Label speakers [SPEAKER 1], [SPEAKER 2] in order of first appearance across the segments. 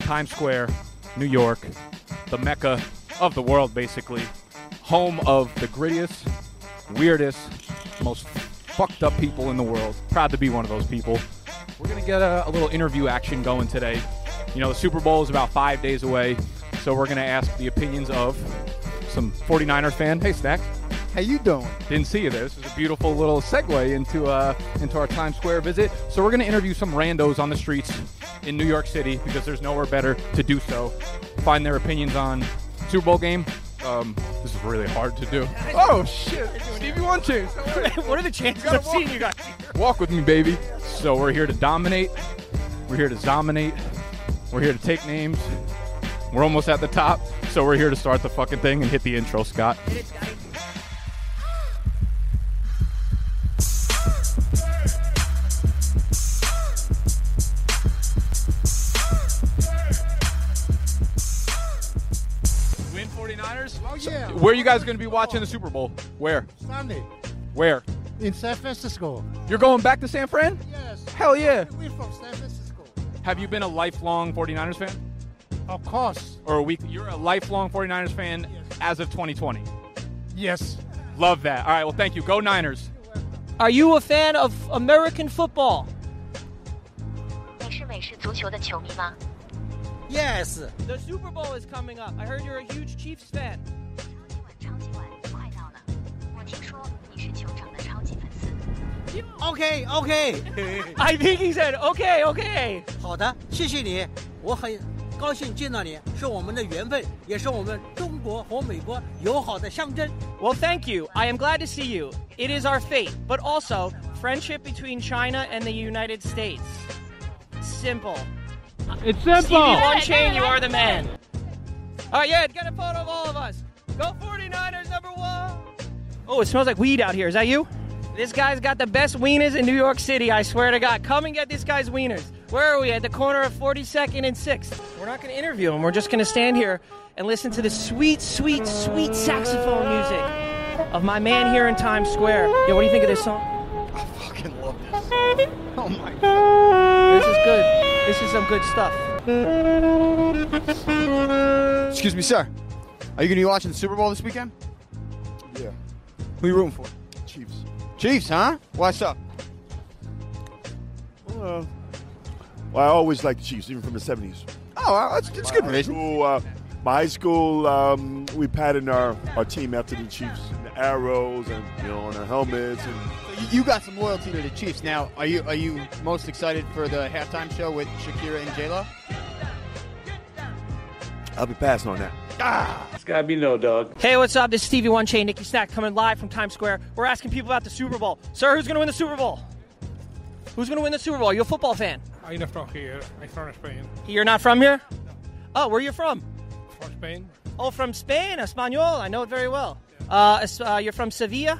[SPEAKER 1] Times Square, New York, the mecca of the world, basically, home of the grittiest, weirdest, most fucked up people in the world. Proud to be one of those people. We're gonna get a, a little interview action going today. You know, the Super Bowl is about five days away, so we're gonna ask the opinions of some 49er fan. Hey, Snack.
[SPEAKER 2] How you doing?
[SPEAKER 1] Didn't see you there. This is a beautiful little segue into uh, into our Times Square visit. So we're going to interview some randos on the streets in New York City because there's nowhere better to do so. Find their opinions on Super Bowl game. Um, this is really hard to do. Oh shit! Stevie One Chains.
[SPEAKER 3] what are the chances
[SPEAKER 1] gotta
[SPEAKER 3] of seeing you guys?
[SPEAKER 1] Walk with me, baby. So we're here to dominate. We're here to dominate. We're here to take names. We're almost at the top, so we're here to start the fucking thing and hit the intro, Scott. Win 49ers.
[SPEAKER 2] Oh yeah.
[SPEAKER 1] Where are you guys going to be watching the Super Bowl? Where?
[SPEAKER 2] Sunday
[SPEAKER 1] Where?
[SPEAKER 2] in San Francisco.
[SPEAKER 1] You're going back to San Fran?
[SPEAKER 2] Yes.
[SPEAKER 1] Hell yeah.
[SPEAKER 2] We're from San Francisco.
[SPEAKER 1] Have you been a lifelong 49ers fan?
[SPEAKER 2] Of course.
[SPEAKER 1] Or a week? You're a lifelong 49ers fan
[SPEAKER 2] Yes.
[SPEAKER 1] as of 2020.
[SPEAKER 2] Yes.
[SPEAKER 1] Love that. All right, well, thank you. Go Niners.
[SPEAKER 3] Are you a fan of American football?
[SPEAKER 4] 你是美式足球的球迷吗？
[SPEAKER 5] Yes.
[SPEAKER 3] The Super Bowl is coming up. I heard you're a huge Chiefs fan.
[SPEAKER 4] 超级碗，超级碗，快到了！我听说你是酋长的超级粉丝。
[SPEAKER 5] OK OK。
[SPEAKER 3] I think he said, okay, okay.
[SPEAKER 5] 好的，谢谢你，我很高兴见到你，是我们的缘分，也是我们中国和美国友好的象征。
[SPEAKER 3] Well, thank you. I am glad to see you. It is our fate, but also friendship between China and the United States. Simple.
[SPEAKER 6] It's
[SPEAKER 3] Stevie
[SPEAKER 6] simple.
[SPEAKER 3] One Chain, you are the man. All right, yeah, get a photo of all of us. Go 49ers, number one. Oh, it smells like weed out here. Is that you? This guy's got the best wieners in New York City, I swear to God. Come and get this guy's wieners. Where are we? At the corner of 42nd and 6th. We're not going to interview him. We're just going to stand here and listen to the sweet, sweet, sweet saxophone music of my man here in Times Square. Yo, what do you think of this song?
[SPEAKER 2] Oh
[SPEAKER 3] This is good. This is some good stuff.
[SPEAKER 7] Excuse me, sir. Are you gonna be watching the Super Bowl this weekend? Yeah. Who you rooting for? Chiefs. Chiefs, huh? What's up?
[SPEAKER 8] Uh, well, I always liked the Chiefs, even from the 70s.
[SPEAKER 7] Oh, well, it's, it's a good
[SPEAKER 8] High
[SPEAKER 7] relation.
[SPEAKER 8] school, uh, my high school, um, we patterned our, our team after the Chiefs, and the arrows, and you know, on our helmets, and
[SPEAKER 7] So you- You got some loyalty to the Chiefs. Now, are you are you most excited for the halftime show with Shakira and J Lo?
[SPEAKER 8] I'll be passing on that.
[SPEAKER 3] Hey, what's up? This is Stevie One Chain, Nikki Snack, coming live from Times Square. We're asking people about the Super Bowl. Sir, who's going to win the Super Bowl? Who's going to win the Super Bowl? Are you a football fan?
[SPEAKER 6] I not from here. I from Spain.
[SPEAKER 3] You're not from here? Oh, where are you from?
[SPEAKER 6] From Spain?
[SPEAKER 3] Oh, from Spain, Espanol. I know it very well. Uh, es- uh, you're from Sevilla?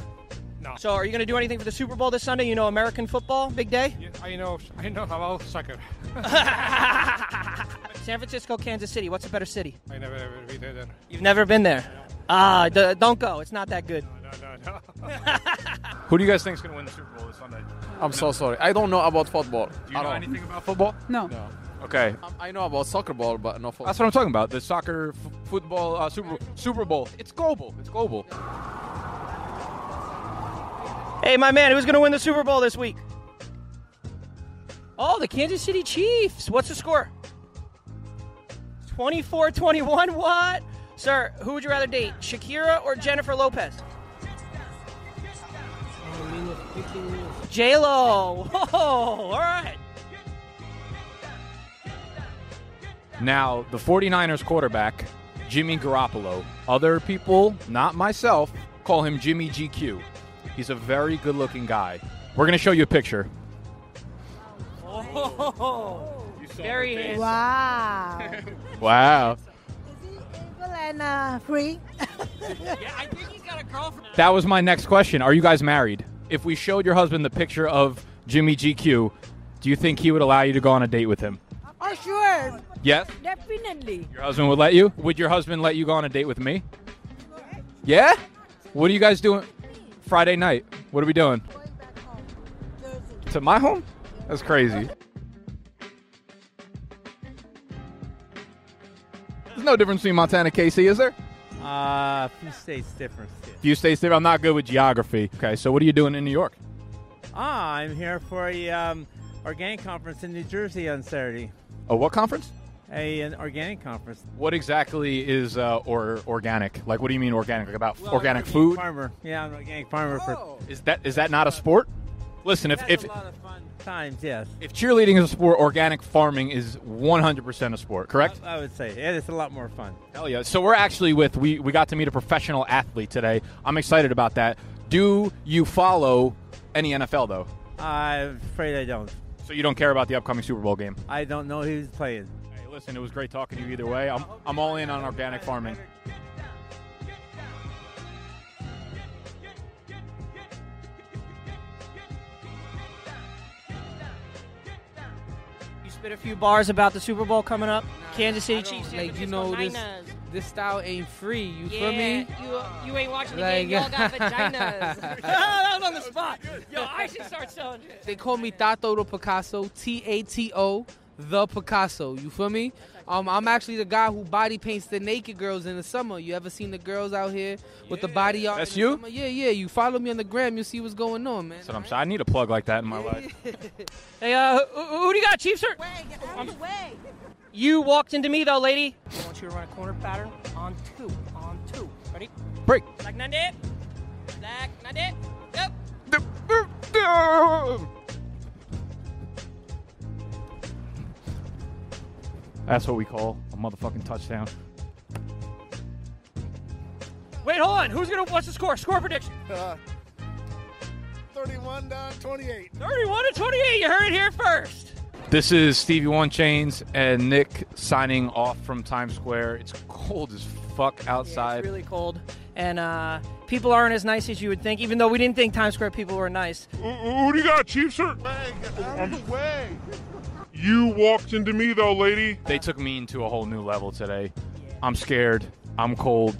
[SPEAKER 6] No.
[SPEAKER 3] So, are you going to do anything for the Super Bowl this Sunday? You know, American football, big day?
[SPEAKER 6] Yeah, I know. I know about soccer.
[SPEAKER 3] San Francisco, Kansas City. What's a better city?
[SPEAKER 6] I never ever been there. No,
[SPEAKER 3] You've never been there. Ah, d- don't go. It's not that good.
[SPEAKER 6] no, no.
[SPEAKER 1] Who do you guys think is going to win the Super Bowl this Sunday?
[SPEAKER 9] I'm so sorry. I don't know about football.
[SPEAKER 1] Do you
[SPEAKER 9] at
[SPEAKER 1] know
[SPEAKER 9] all.
[SPEAKER 1] anything about football?
[SPEAKER 9] No.
[SPEAKER 1] Okay,
[SPEAKER 9] Um, I know about soccer ball, but no football.
[SPEAKER 1] that's what I'm talking about. The soccer, f- football, uh, Super Super Bowl. It's global. It's global.
[SPEAKER 3] Hey, my man, who's going to win the Super Bowl this week? Oh, the Kansas City Chiefs. What's the score? 24 21. What? Sir, who would you rather date, Shakira or Jennifer Lopez? J Lo. Whoa, all right.
[SPEAKER 1] Now, the 49ers quarterback, Jimmy Garoppolo. Other people, not myself, call him Jimmy GQ. He's a very good looking guy. We're going to show you a picture.
[SPEAKER 3] Oh, very handsome.
[SPEAKER 10] Wow.
[SPEAKER 1] Wow.
[SPEAKER 10] Equal and uh, free.
[SPEAKER 3] Yeah, I think he's got a girlfriend.
[SPEAKER 1] That was my next question. Are you guys married? If we showed your husband the picture of Jimmy GQ, do you think he would allow you to go on a date with him?
[SPEAKER 10] Oh, sure.
[SPEAKER 1] Yes?
[SPEAKER 10] Definitely.
[SPEAKER 1] Your husband would let you? Would your husband let you go on a date with me? Yeah? What are you guys doing Friday night? What are we doing?
[SPEAKER 10] Going back home. Jersey.
[SPEAKER 1] To my home? That's crazy. There's no difference between Montana and KC, is there?
[SPEAKER 6] Uh, a few states difference here.
[SPEAKER 1] Few states there. I'm not good with geography. Okay, so what are you doing in New York?
[SPEAKER 6] Ah, I'm here for a um, organic conference in New Jersey on Saturday.
[SPEAKER 1] Oh, what conference?
[SPEAKER 6] A an organic conference.
[SPEAKER 1] What exactly is uh, or organic? Like, what do you mean organic? Like about
[SPEAKER 6] Well,
[SPEAKER 1] organic
[SPEAKER 6] I'm an
[SPEAKER 1] food? Oh.
[SPEAKER 6] Farmer. Yeah, I'm an organic farmer for
[SPEAKER 1] Is that is that not a sport? Listen, if if
[SPEAKER 6] times. Yes,
[SPEAKER 1] if cheerleading is a sport, organic farming is 100% a sport. Correct?
[SPEAKER 6] I, I would say yeah, it's a lot more fun.
[SPEAKER 1] Hell yeah. So we're actually with we we got to meet a professional athlete today. I'm excited about that. Do you follow any NFL though?
[SPEAKER 6] I'm afraid I don't.
[SPEAKER 1] So you don't care about the upcoming Super Bowl game?
[SPEAKER 6] I don't know who's playing.
[SPEAKER 1] Hey, listen, it was great talking to you either way. I'm I'm all in on organic farming.
[SPEAKER 3] You spit a few bars about the Super Bowl coming up. Kansas City Chiefs. San
[SPEAKER 9] Like you
[SPEAKER 3] Francisco
[SPEAKER 9] know this
[SPEAKER 3] Niners.
[SPEAKER 9] this style ain't free. You
[SPEAKER 3] yeah,
[SPEAKER 9] feel me?
[SPEAKER 3] You, you ain't watching the
[SPEAKER 9] Like-
[SPEAKER 3] game. Y'all got vaginas. oh, that was on the spot. Yo, I should start selling shit.
[SPEAKER 9] They call me Tato the Picasso, T A T O, the Picasso. You feel me? Um, I'm actually the guy who body paints the naked girls in the summer. You ever seen the girls out here with the body art? in
[SPEAKER 1] That's
[SPEAKER 9] the
[SPEAKER 1] you?
[SPEAKER 9] summer? Yeah, yeah. You follow me on the gram, you'll see what's going on, man.
[SPEAKER 1] That's what I'm saying. I need a plug like that in my life.
[SPEAKER 3] Hey, uh, who, who do you got, Chiefs? Sir? You walked into me though, lady. I want you to run a corner pattern on two, on two. Ready?
[SPEAKER 1] Break.
[SPEAKER 3] Like Nandit. Like Nandit. Yep.
[SPEAKER 1] That's what we call a motherfucking touchdown.
[SPEAKER 3] Wait, hold on. Who's gonna what's the score? Score prediction.
[SPEAKER 11] 31 down 28.
[SPEAKER 3] 31 to 28. You heard it here first.
[SPEAKER 1] This is Stevie One Chains and Nick signing off from Times Square. It's cold as fuck outside.
[SPEAKER 3] It's really cold, and uh, people aren't as nice as you would think. Even though we didn't think Times Square people were nice.
[SPEAKER 8] Who do you got, Chief, sir? Um, You walked into me, though, lady.
[SPEAKER 1] They took me into a whole new level today. I'm scared, I'm cold,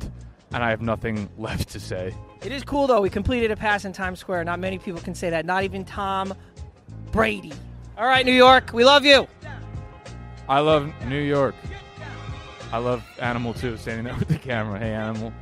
[SPEAKER 1] and I have nothing left to say.
[SPEAKER 3] It is cool though. We completed a pass in Times Square. Not many people can say that. Not even Tom Brady. All right, New York, we love you.
[SPEAKER 1] I love New York. I love Animal too, standing there with the camera. Hey, Animal.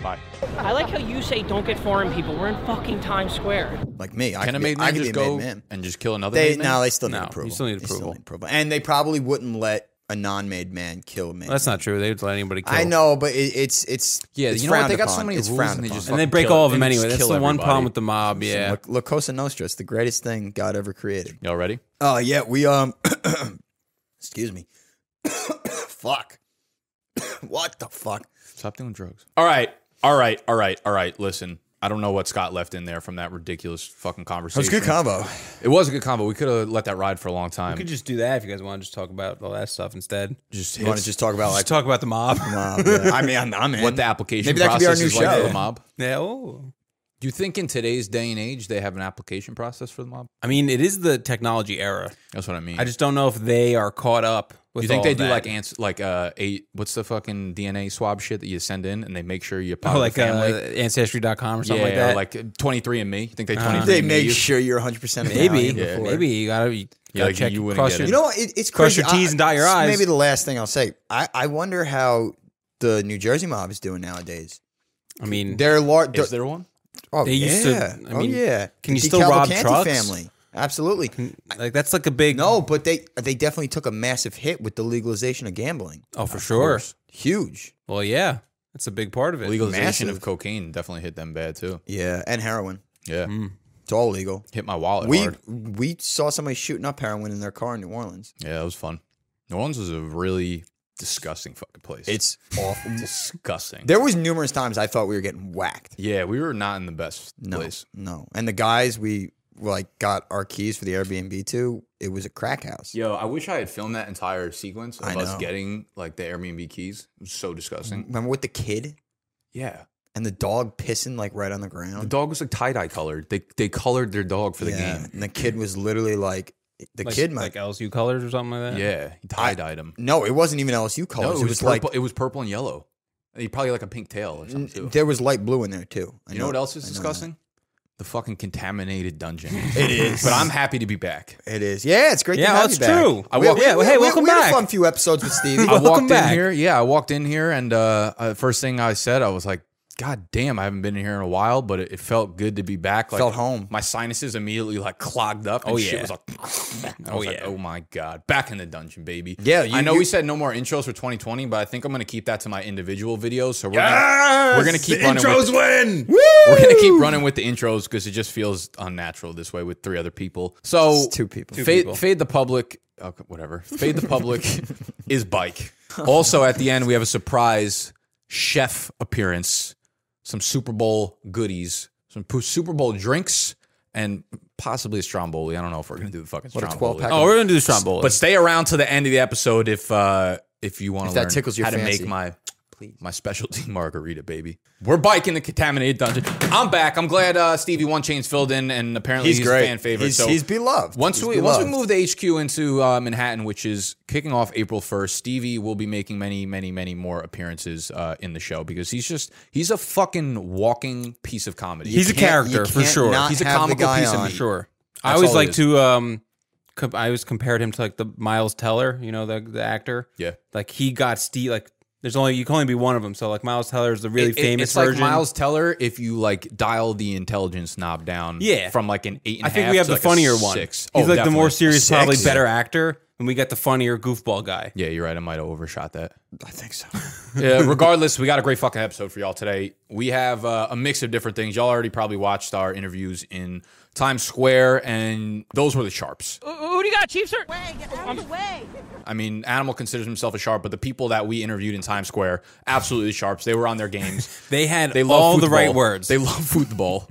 [SPEAKER 1] Bye.
[SPEAKER 3] I like how you say don't get foreign people. We're in fucking Times Square.
[SPEAKER 7] Like me, I
[SPEAKER 12] Can
[SPEAKER 7] can
[SPEAKER 12] a
[SPEAKER 7] be-
[SPEAKER 12] made
[SPEAKER 7] I
[SPEAKER 12] man
[SPEAKER 7] can
[SPEAKER 12] just
[SPEAKER 7] be a made
[SPEAKER 12] go
[SPEAKER 7] man.
[SPEAKER 12] and just kill another
[SPEAKER 7] They
[SPEAKER 12] made man?
[SPEAKER 7] no, they still need
[SPEAKER 12] No, you
[SPEAKER 7] approval.
[SPEAKER 12] still need
[SPEAKER 7] They
[SPEAKER 12] approval.
[SPEAKER 7] approval. and they probably wouldn't let a non-made man kill a man.
[SPEAKER 12] That's not true. They would let anybody kill.
[SPEAKER 7] I know, but it, it's it's
[SPEAKER 12] Yeah,
[SPEAKER 7] it's
[SPEAKER 12] you know what? They
[SPEAKER 7] frowned
[SPEAKER 12] got so
[SPEAKER 7] upon.
[SPEAKER 12] many
[SPEAKER 7] it's
[SPEAKER 12] rules
[SPEAKER 7] frowned
[SPEAKER 12] and they
[SPEAKER 7] upon.
[SPEAKER 12] just And they fucking break kill- all of them they anyway. just That's kill the one problem everybody. with the mob,
[SPEAKER 7] Listen,
[SPEAKER 12] yeah.
[SPEAKER 7] La, La Cosa Nostra, it's the greatest thing God ever created.
[SPEAKER 12] Y'all ready?
[SPEAKER 7] Oh yeah, we um, excuse me, fuck, what the fuck?
[SPEAKER 12] Stop doing drugs. All right, all right, all right, all right. Listen, I don't know what Scott left in there from that ridiculous fucking
[SPEAKER 7] It was
[SPEAKER 12] conversation.
[SPEAKER 7] a good combo.
[SPEAKER 12] It was a good combo. We could have let that ride for a long time.
[SPEAKER 7] We could
[SPEAKER 12] just do that if you guys want to just talk about all that stuff instead.
[SPEAKER 7] Just you want to just talk about like
[SPEAKER 12] talk about the mob.
[SPEAKER 7] Mob, yeah. I mean, I'm- I'm in.
[SPEAKER 12] What the application
[SPEAKER 7] Maybe that could
[SPEAKER 12] process is
[SPEAKER 7] be our new
[SPEAKER 12] like
[SPEAKER 7] show.
[SPEAKER 12] for the mob.
[SPEAKER 7] Yeah,
[SPEAKER 12] Oh. Do you think in today's day and age they have an application process for the mob?
[SPEAKER 5] I mean, it is the technology era.
[SPEAKER 12] That's what I mean.
[SPEAKER 5] I just don't know if they are caught up. With
[SPEAKER 12] you think
[SPEAKER 5] all
[SPEAKER 12] they
[SPEAKER 5] of
[SPEAKER 12] do
[SPEAKER 5] that.
[SPEAKER 12] like ans- like uh a what's the fucking DNA swab shit that you send in and they make sure you're part
[SPEAKER 5] oh,
[SPEAKER 12] of
[SPEAKER 5] like
[SPEAKER 12] the family?
[SPEAKER 5] uh, Ancestry.com or something
[SPEAKER 12] yeah,
[SPEAKER 5] like that?
[SPEAKER 12] Or like 23 and me. You think they
[SPEAKER 5] Uh,
[SPEAKER 12] 23
[SPEAKER 5] They
[SPEAKER 12] and
[SPEAKER 5] make
[SPEAKER 12] you?
[SPEAKER 5] sure you're
[SPEAKER 7] 100%
[SPEAKER 5] maybe,
[SPEAKER 7] Italian before.
[SPEAKER 5] maybe you gotta, you
[SPEAKER 12] Yeah,
[SPEAKER 5] gotta
[SPEAKER 12] like,
[SPEAKER 5] check
[SPEAKER 12] you
[SPEAKER 5] you
[SPEAKER 12] wouldn't
[SPEAKER 5] cross
[SPEAKER 12] get
[SPEAKER 5] your,
[SPEAKER 12] it.
[SPEAKER 7] You know, what? it, it's
[SPEAKER 5] cross
[SPEAKER 7] crazy.
[SPEAKER 5] your T's
[SPEAKER 7] I-
[SPEAKER 5] and dot your
[SPEAKER 7] this is
[SPEAKER 5] I's.
[SPEAKER 7] Maybe the last thing I'll say. I, I wonder how the New Jersey mob is doing nowadays.
[SPEAKER 5] I mean,
[SPEAKER 7] they're large.
[SPEAKER 12] Is there one?
[SPEAKER 7] Oh
[SPEAKER 5] Mm. They
[SPEAKER 7] yeah.
[SPEAKER 5] used to- I
[SPEAKER 7] oh
[SPEAKER 5] mean,
[SPEAKER 7] yeah.
[SPEAKER 5] can
[SPEAKER 7] The
[SPEAKER 5] you still
[SPEAKER 7] DeKalb
[SPEAKER 5] rob
[SPEAKER 7] Canty
[SPEAKER 5] trucks?
[SPEAKER 7] Family. Absolutely.
[SPEAKER 5] Like that's like a big
[SPEAKER 7] no, but they they definitely took a massive hit with the legalization of gambling.
[SPEAKER 5] Oh, for sure.
[SPEAKER 7] Huge.
[SPEAKER 5] Well, yeah, that's a big part of it.
[SPEAKER 12] Legalization of cocaine definitely hit them bad too.
[SPEAKER 7] Yeah, and heroin.
[SPEAKER 12] Yeah,
[SPEAKER 6] Hmm.
[SPEAKER 7] it's all legal.
[SPEAKER 12] Hit my wallet
[SPEAKER 7] we
[SPEAKER 12] hard.
[SPEAKER 7] we saw somebody shooting up heroin in their car in New Orleans.
[SPEAKER 12] Yeah, that was fun. New Orleans was a really disgusting fucking place.
[SPEAKER 7] It's awful,
[SPEAKER 12] disgusting.
[SPEAKER 7] There was numerous times I thought we were getting whacked.
[SPEAKER 12] Yeah, we were not in the best
[SPEAKER 7] no,
[SPEAKER 12] place.
[SPEAKER 7] No, and the guys we like got our keys for the Airbnb to. It was a crack house.
[SPEAKER 12] Yo, I wish I had filmed that entire sequence of
[SPEAKER 7] I
[SPEAKER 12] us
[SPEAKER 7] know.
[SPEAKER 12] getting like the Airbnb keys. It was so disgusting.
[SPEAKER 7] Remember with the kid?
[SPEAKER 12] Yeah.
[SPEAKER 7] And the dog pissing like right on the ground.
[SPEAKER 12] The dog was like tie dye colored. They they colored their dog for the
[SPEAKER 7] Yeah,
[SPEAKER 12] game.
[SPEAKER 7] And the kid was literally like, the
[SPEAKER 5] Like-
[SPEAKER 7] kid might.
[SPEAKER 5] like LSU colors or something like that.
[SPEAKER 12] Yeah, he tie dyed him.
[SPEAKER 7] no, it wasn't even LSU
[SPEAKER 12] No,
[SPEAKER 7] colors.
[SPEAKER 12] it, was
[SPEAKER 7] it was
[SPEAKER 12] purple, it was purple and yellow. And he probably had, like a pink tail or something
[SPEAKER 7] like
[SPEAKER 12] too.
[SPEAKER 7] there was light blue in there too. I
[SPEAKER 12] you know, what else is
[SPEAKER 7] I know that.
[SPEAKER 12] disgusting?
[SPEAKER 1] the fucking contaminated dungeon. It is. But I'm happy to be back.
[SPEAKER 7] It is. Yeah, it's great to have you back.
[SPEAKER 1] I
[SPEAKER 7] We-
[SPEAKER 1] walked,
[SPEAKER 7] we- we- we- we had a fun few episodes with Stevie.
[SPEAKER 1] I walked in here. Yeah, I walked in here, and uh, uh, first thing I said, I was like, "God damn, I haven't been in here in a while, but it, it felt good to be back. Like,
[SPEAKER 7] Felt home.
[SPEAKER 1] My sinuses immediately like clogged up. And
[SPEAKER 7] Oh,
[SPEAKER 1] shit
[SPEAKER 7] yeah.
[SPEAKER 1] was like, I was
[SPEAKER 7] Oh,
[SPEAKER 1] like,
[SPEAKER 7] yeah.
[SPEAKER 1] oh my god, back in the dungeon, baby.
[SPEAKER 7] Yeah, you-
[SPEAKER 1] I know
[SPEAKER 7] you-
[SPEAKER 1] we said no more intros for 2020, but I think I'm gonna keep that to my individual videos. So we're
[SPEAKER 7] Yes!
[SPEAKER 1] gonna, we're gonna keep
[SPEAKER 7] The
[SPEAKER 1] running
[SPEAKER 7] intros
[SPEAKER 1] with
[SPEAKER 7] win!
[SPEAKER 1] We're gonna
[SPEAKER 7] Ah, Woo!
[SPEAKER 1] keep running with the intros because it just feels unnatural this way with three other people. So
[SPEAKER 7] It's two people. Two
[SPEAKER 1] fade,
[SPEAKER 7] people.
[SPEAKER 1] fade the public. Okay, whatever. Fade the public is bike. Also, at the end, we have a surprise chef appearance, some Super Bowl goodies, some po- Super Bowl drinks, and possibly a stromboli. I don't know if we're gonna do the fucking
[SPEAKER 7] What a
[SPEAKER 1] stromboli.
[SPEAKER 7] 12-pack Oh, of- we're gonna do the
[SPEAKER 9] stromboli.
[SPEAKER 1] But stay around to the end of the episode if uh if you want
[SPEAKER 7] If
[SPEAKER 1] to
[SPEAKER 7] that
[SPEAKER 1] learn
[SPEAKER 7] tickles your
[SPEAKER 1] how to
[SPEAKER 7] fancy.
[SPEAKER 1] make my my specialty margarita, baby. We're biking the contaminated dungeon. I'm back. I'm glad uh, Stevie One Chain's filled in, and apparently
[SPEAKER 7] He's
[SPEAKER 1] he's,
[SPEAKER 7] great.
[SPEAKER 1] a fan favorite.
[SPEAKER 7] He's-
[SPEAKER 1] so
[SPEAKER 7] he's beloved.
[SPEAKER 1] Once
[SPEAKER 7] He's
[SPEAKER 1] we once we
[SPEAKER 7] beloved.
[SPEAKER 1] move the HQ into uh, Manhattan, which is kicking off April 1st, Stevie will be making many, many, many more appearances uh, in the show because he's just he's a fucking walking piece of comedy.
[SPEAKER 9] He's a character for sure.
[SPEAKER 1] He's a comical piece of
[SPEAKER 9] for
[SPEAKER 1] meat.
[SPEAKER 9] sure. I
[SPEAKER 1] That's
[SPEAKER 9] always
[SPEAKER 1] all it
[SPEAKER 9] like
[SPEAKER 1] is.
[SPEAKER 9] to. um com- I always compared him to like the Miles Teller, you know, the the actor.
[SPEAKER 1] Yeah,
[SPEAKER 9] like he got Steve. Like there's only you can only be one of them. So like Miles Teller is the really
[SPEAKER 1] It- it-
[SPEAKER 9] famous
[SPEAKER 1] it's
[SPEAKER 9] version.
[SPEAKER 1] like Miles Teller if you like dial the intelligence knob down.
[SPEAKER 9] Yeah.
[SPEAKER 1] from like an eight. And a
[SPEAKER 9] I think
[SPEAKER 1] half
[SPEAKER 9] we have
[SPEAKER 1] to,
[SPEAKER 9] the
[SPEAKER 1] like, a
[SPEAKER 9] funnier one.
[SPEAKER 1] Six.
[SPEAKER 9] He's
[SPEAKER 1] Oh,
[SPEAKER 9] like the more
[SPEAKER 1] definitely.
[SPEAKER 9] serious, probably
[SPEAKER 1] Six?
[SPEAKER 9] better actor, and we got the funnier goofball guy.
[SPEAKER 1] Yeah, you're right. I might have overshot that.
[SPEAKER 7] I think so.
[SPEAKER 1] yeah, regardless, we got a great fucking episode for y'all today. We have uh, a mix of different things. Y'all already probably watched our interviews in Times Square, and those were the sharps.
[SPEAKER 3] Who, who do you got, Chief, sir?
[SPEAKER 10] Way, get out of the way.
[SPEAKER 1] I mean, Animal considers himself a sharp, but the people that we interviewed in Times Square, absolutely sharps. They were on their games.
[SPEAKER 9] They had
[SPEAKER 1] love
[SPEAKER 9] all the
[SPEAKER 1] football.
[SPEAKER 9] right words.
[SPEAKER 1] They love football.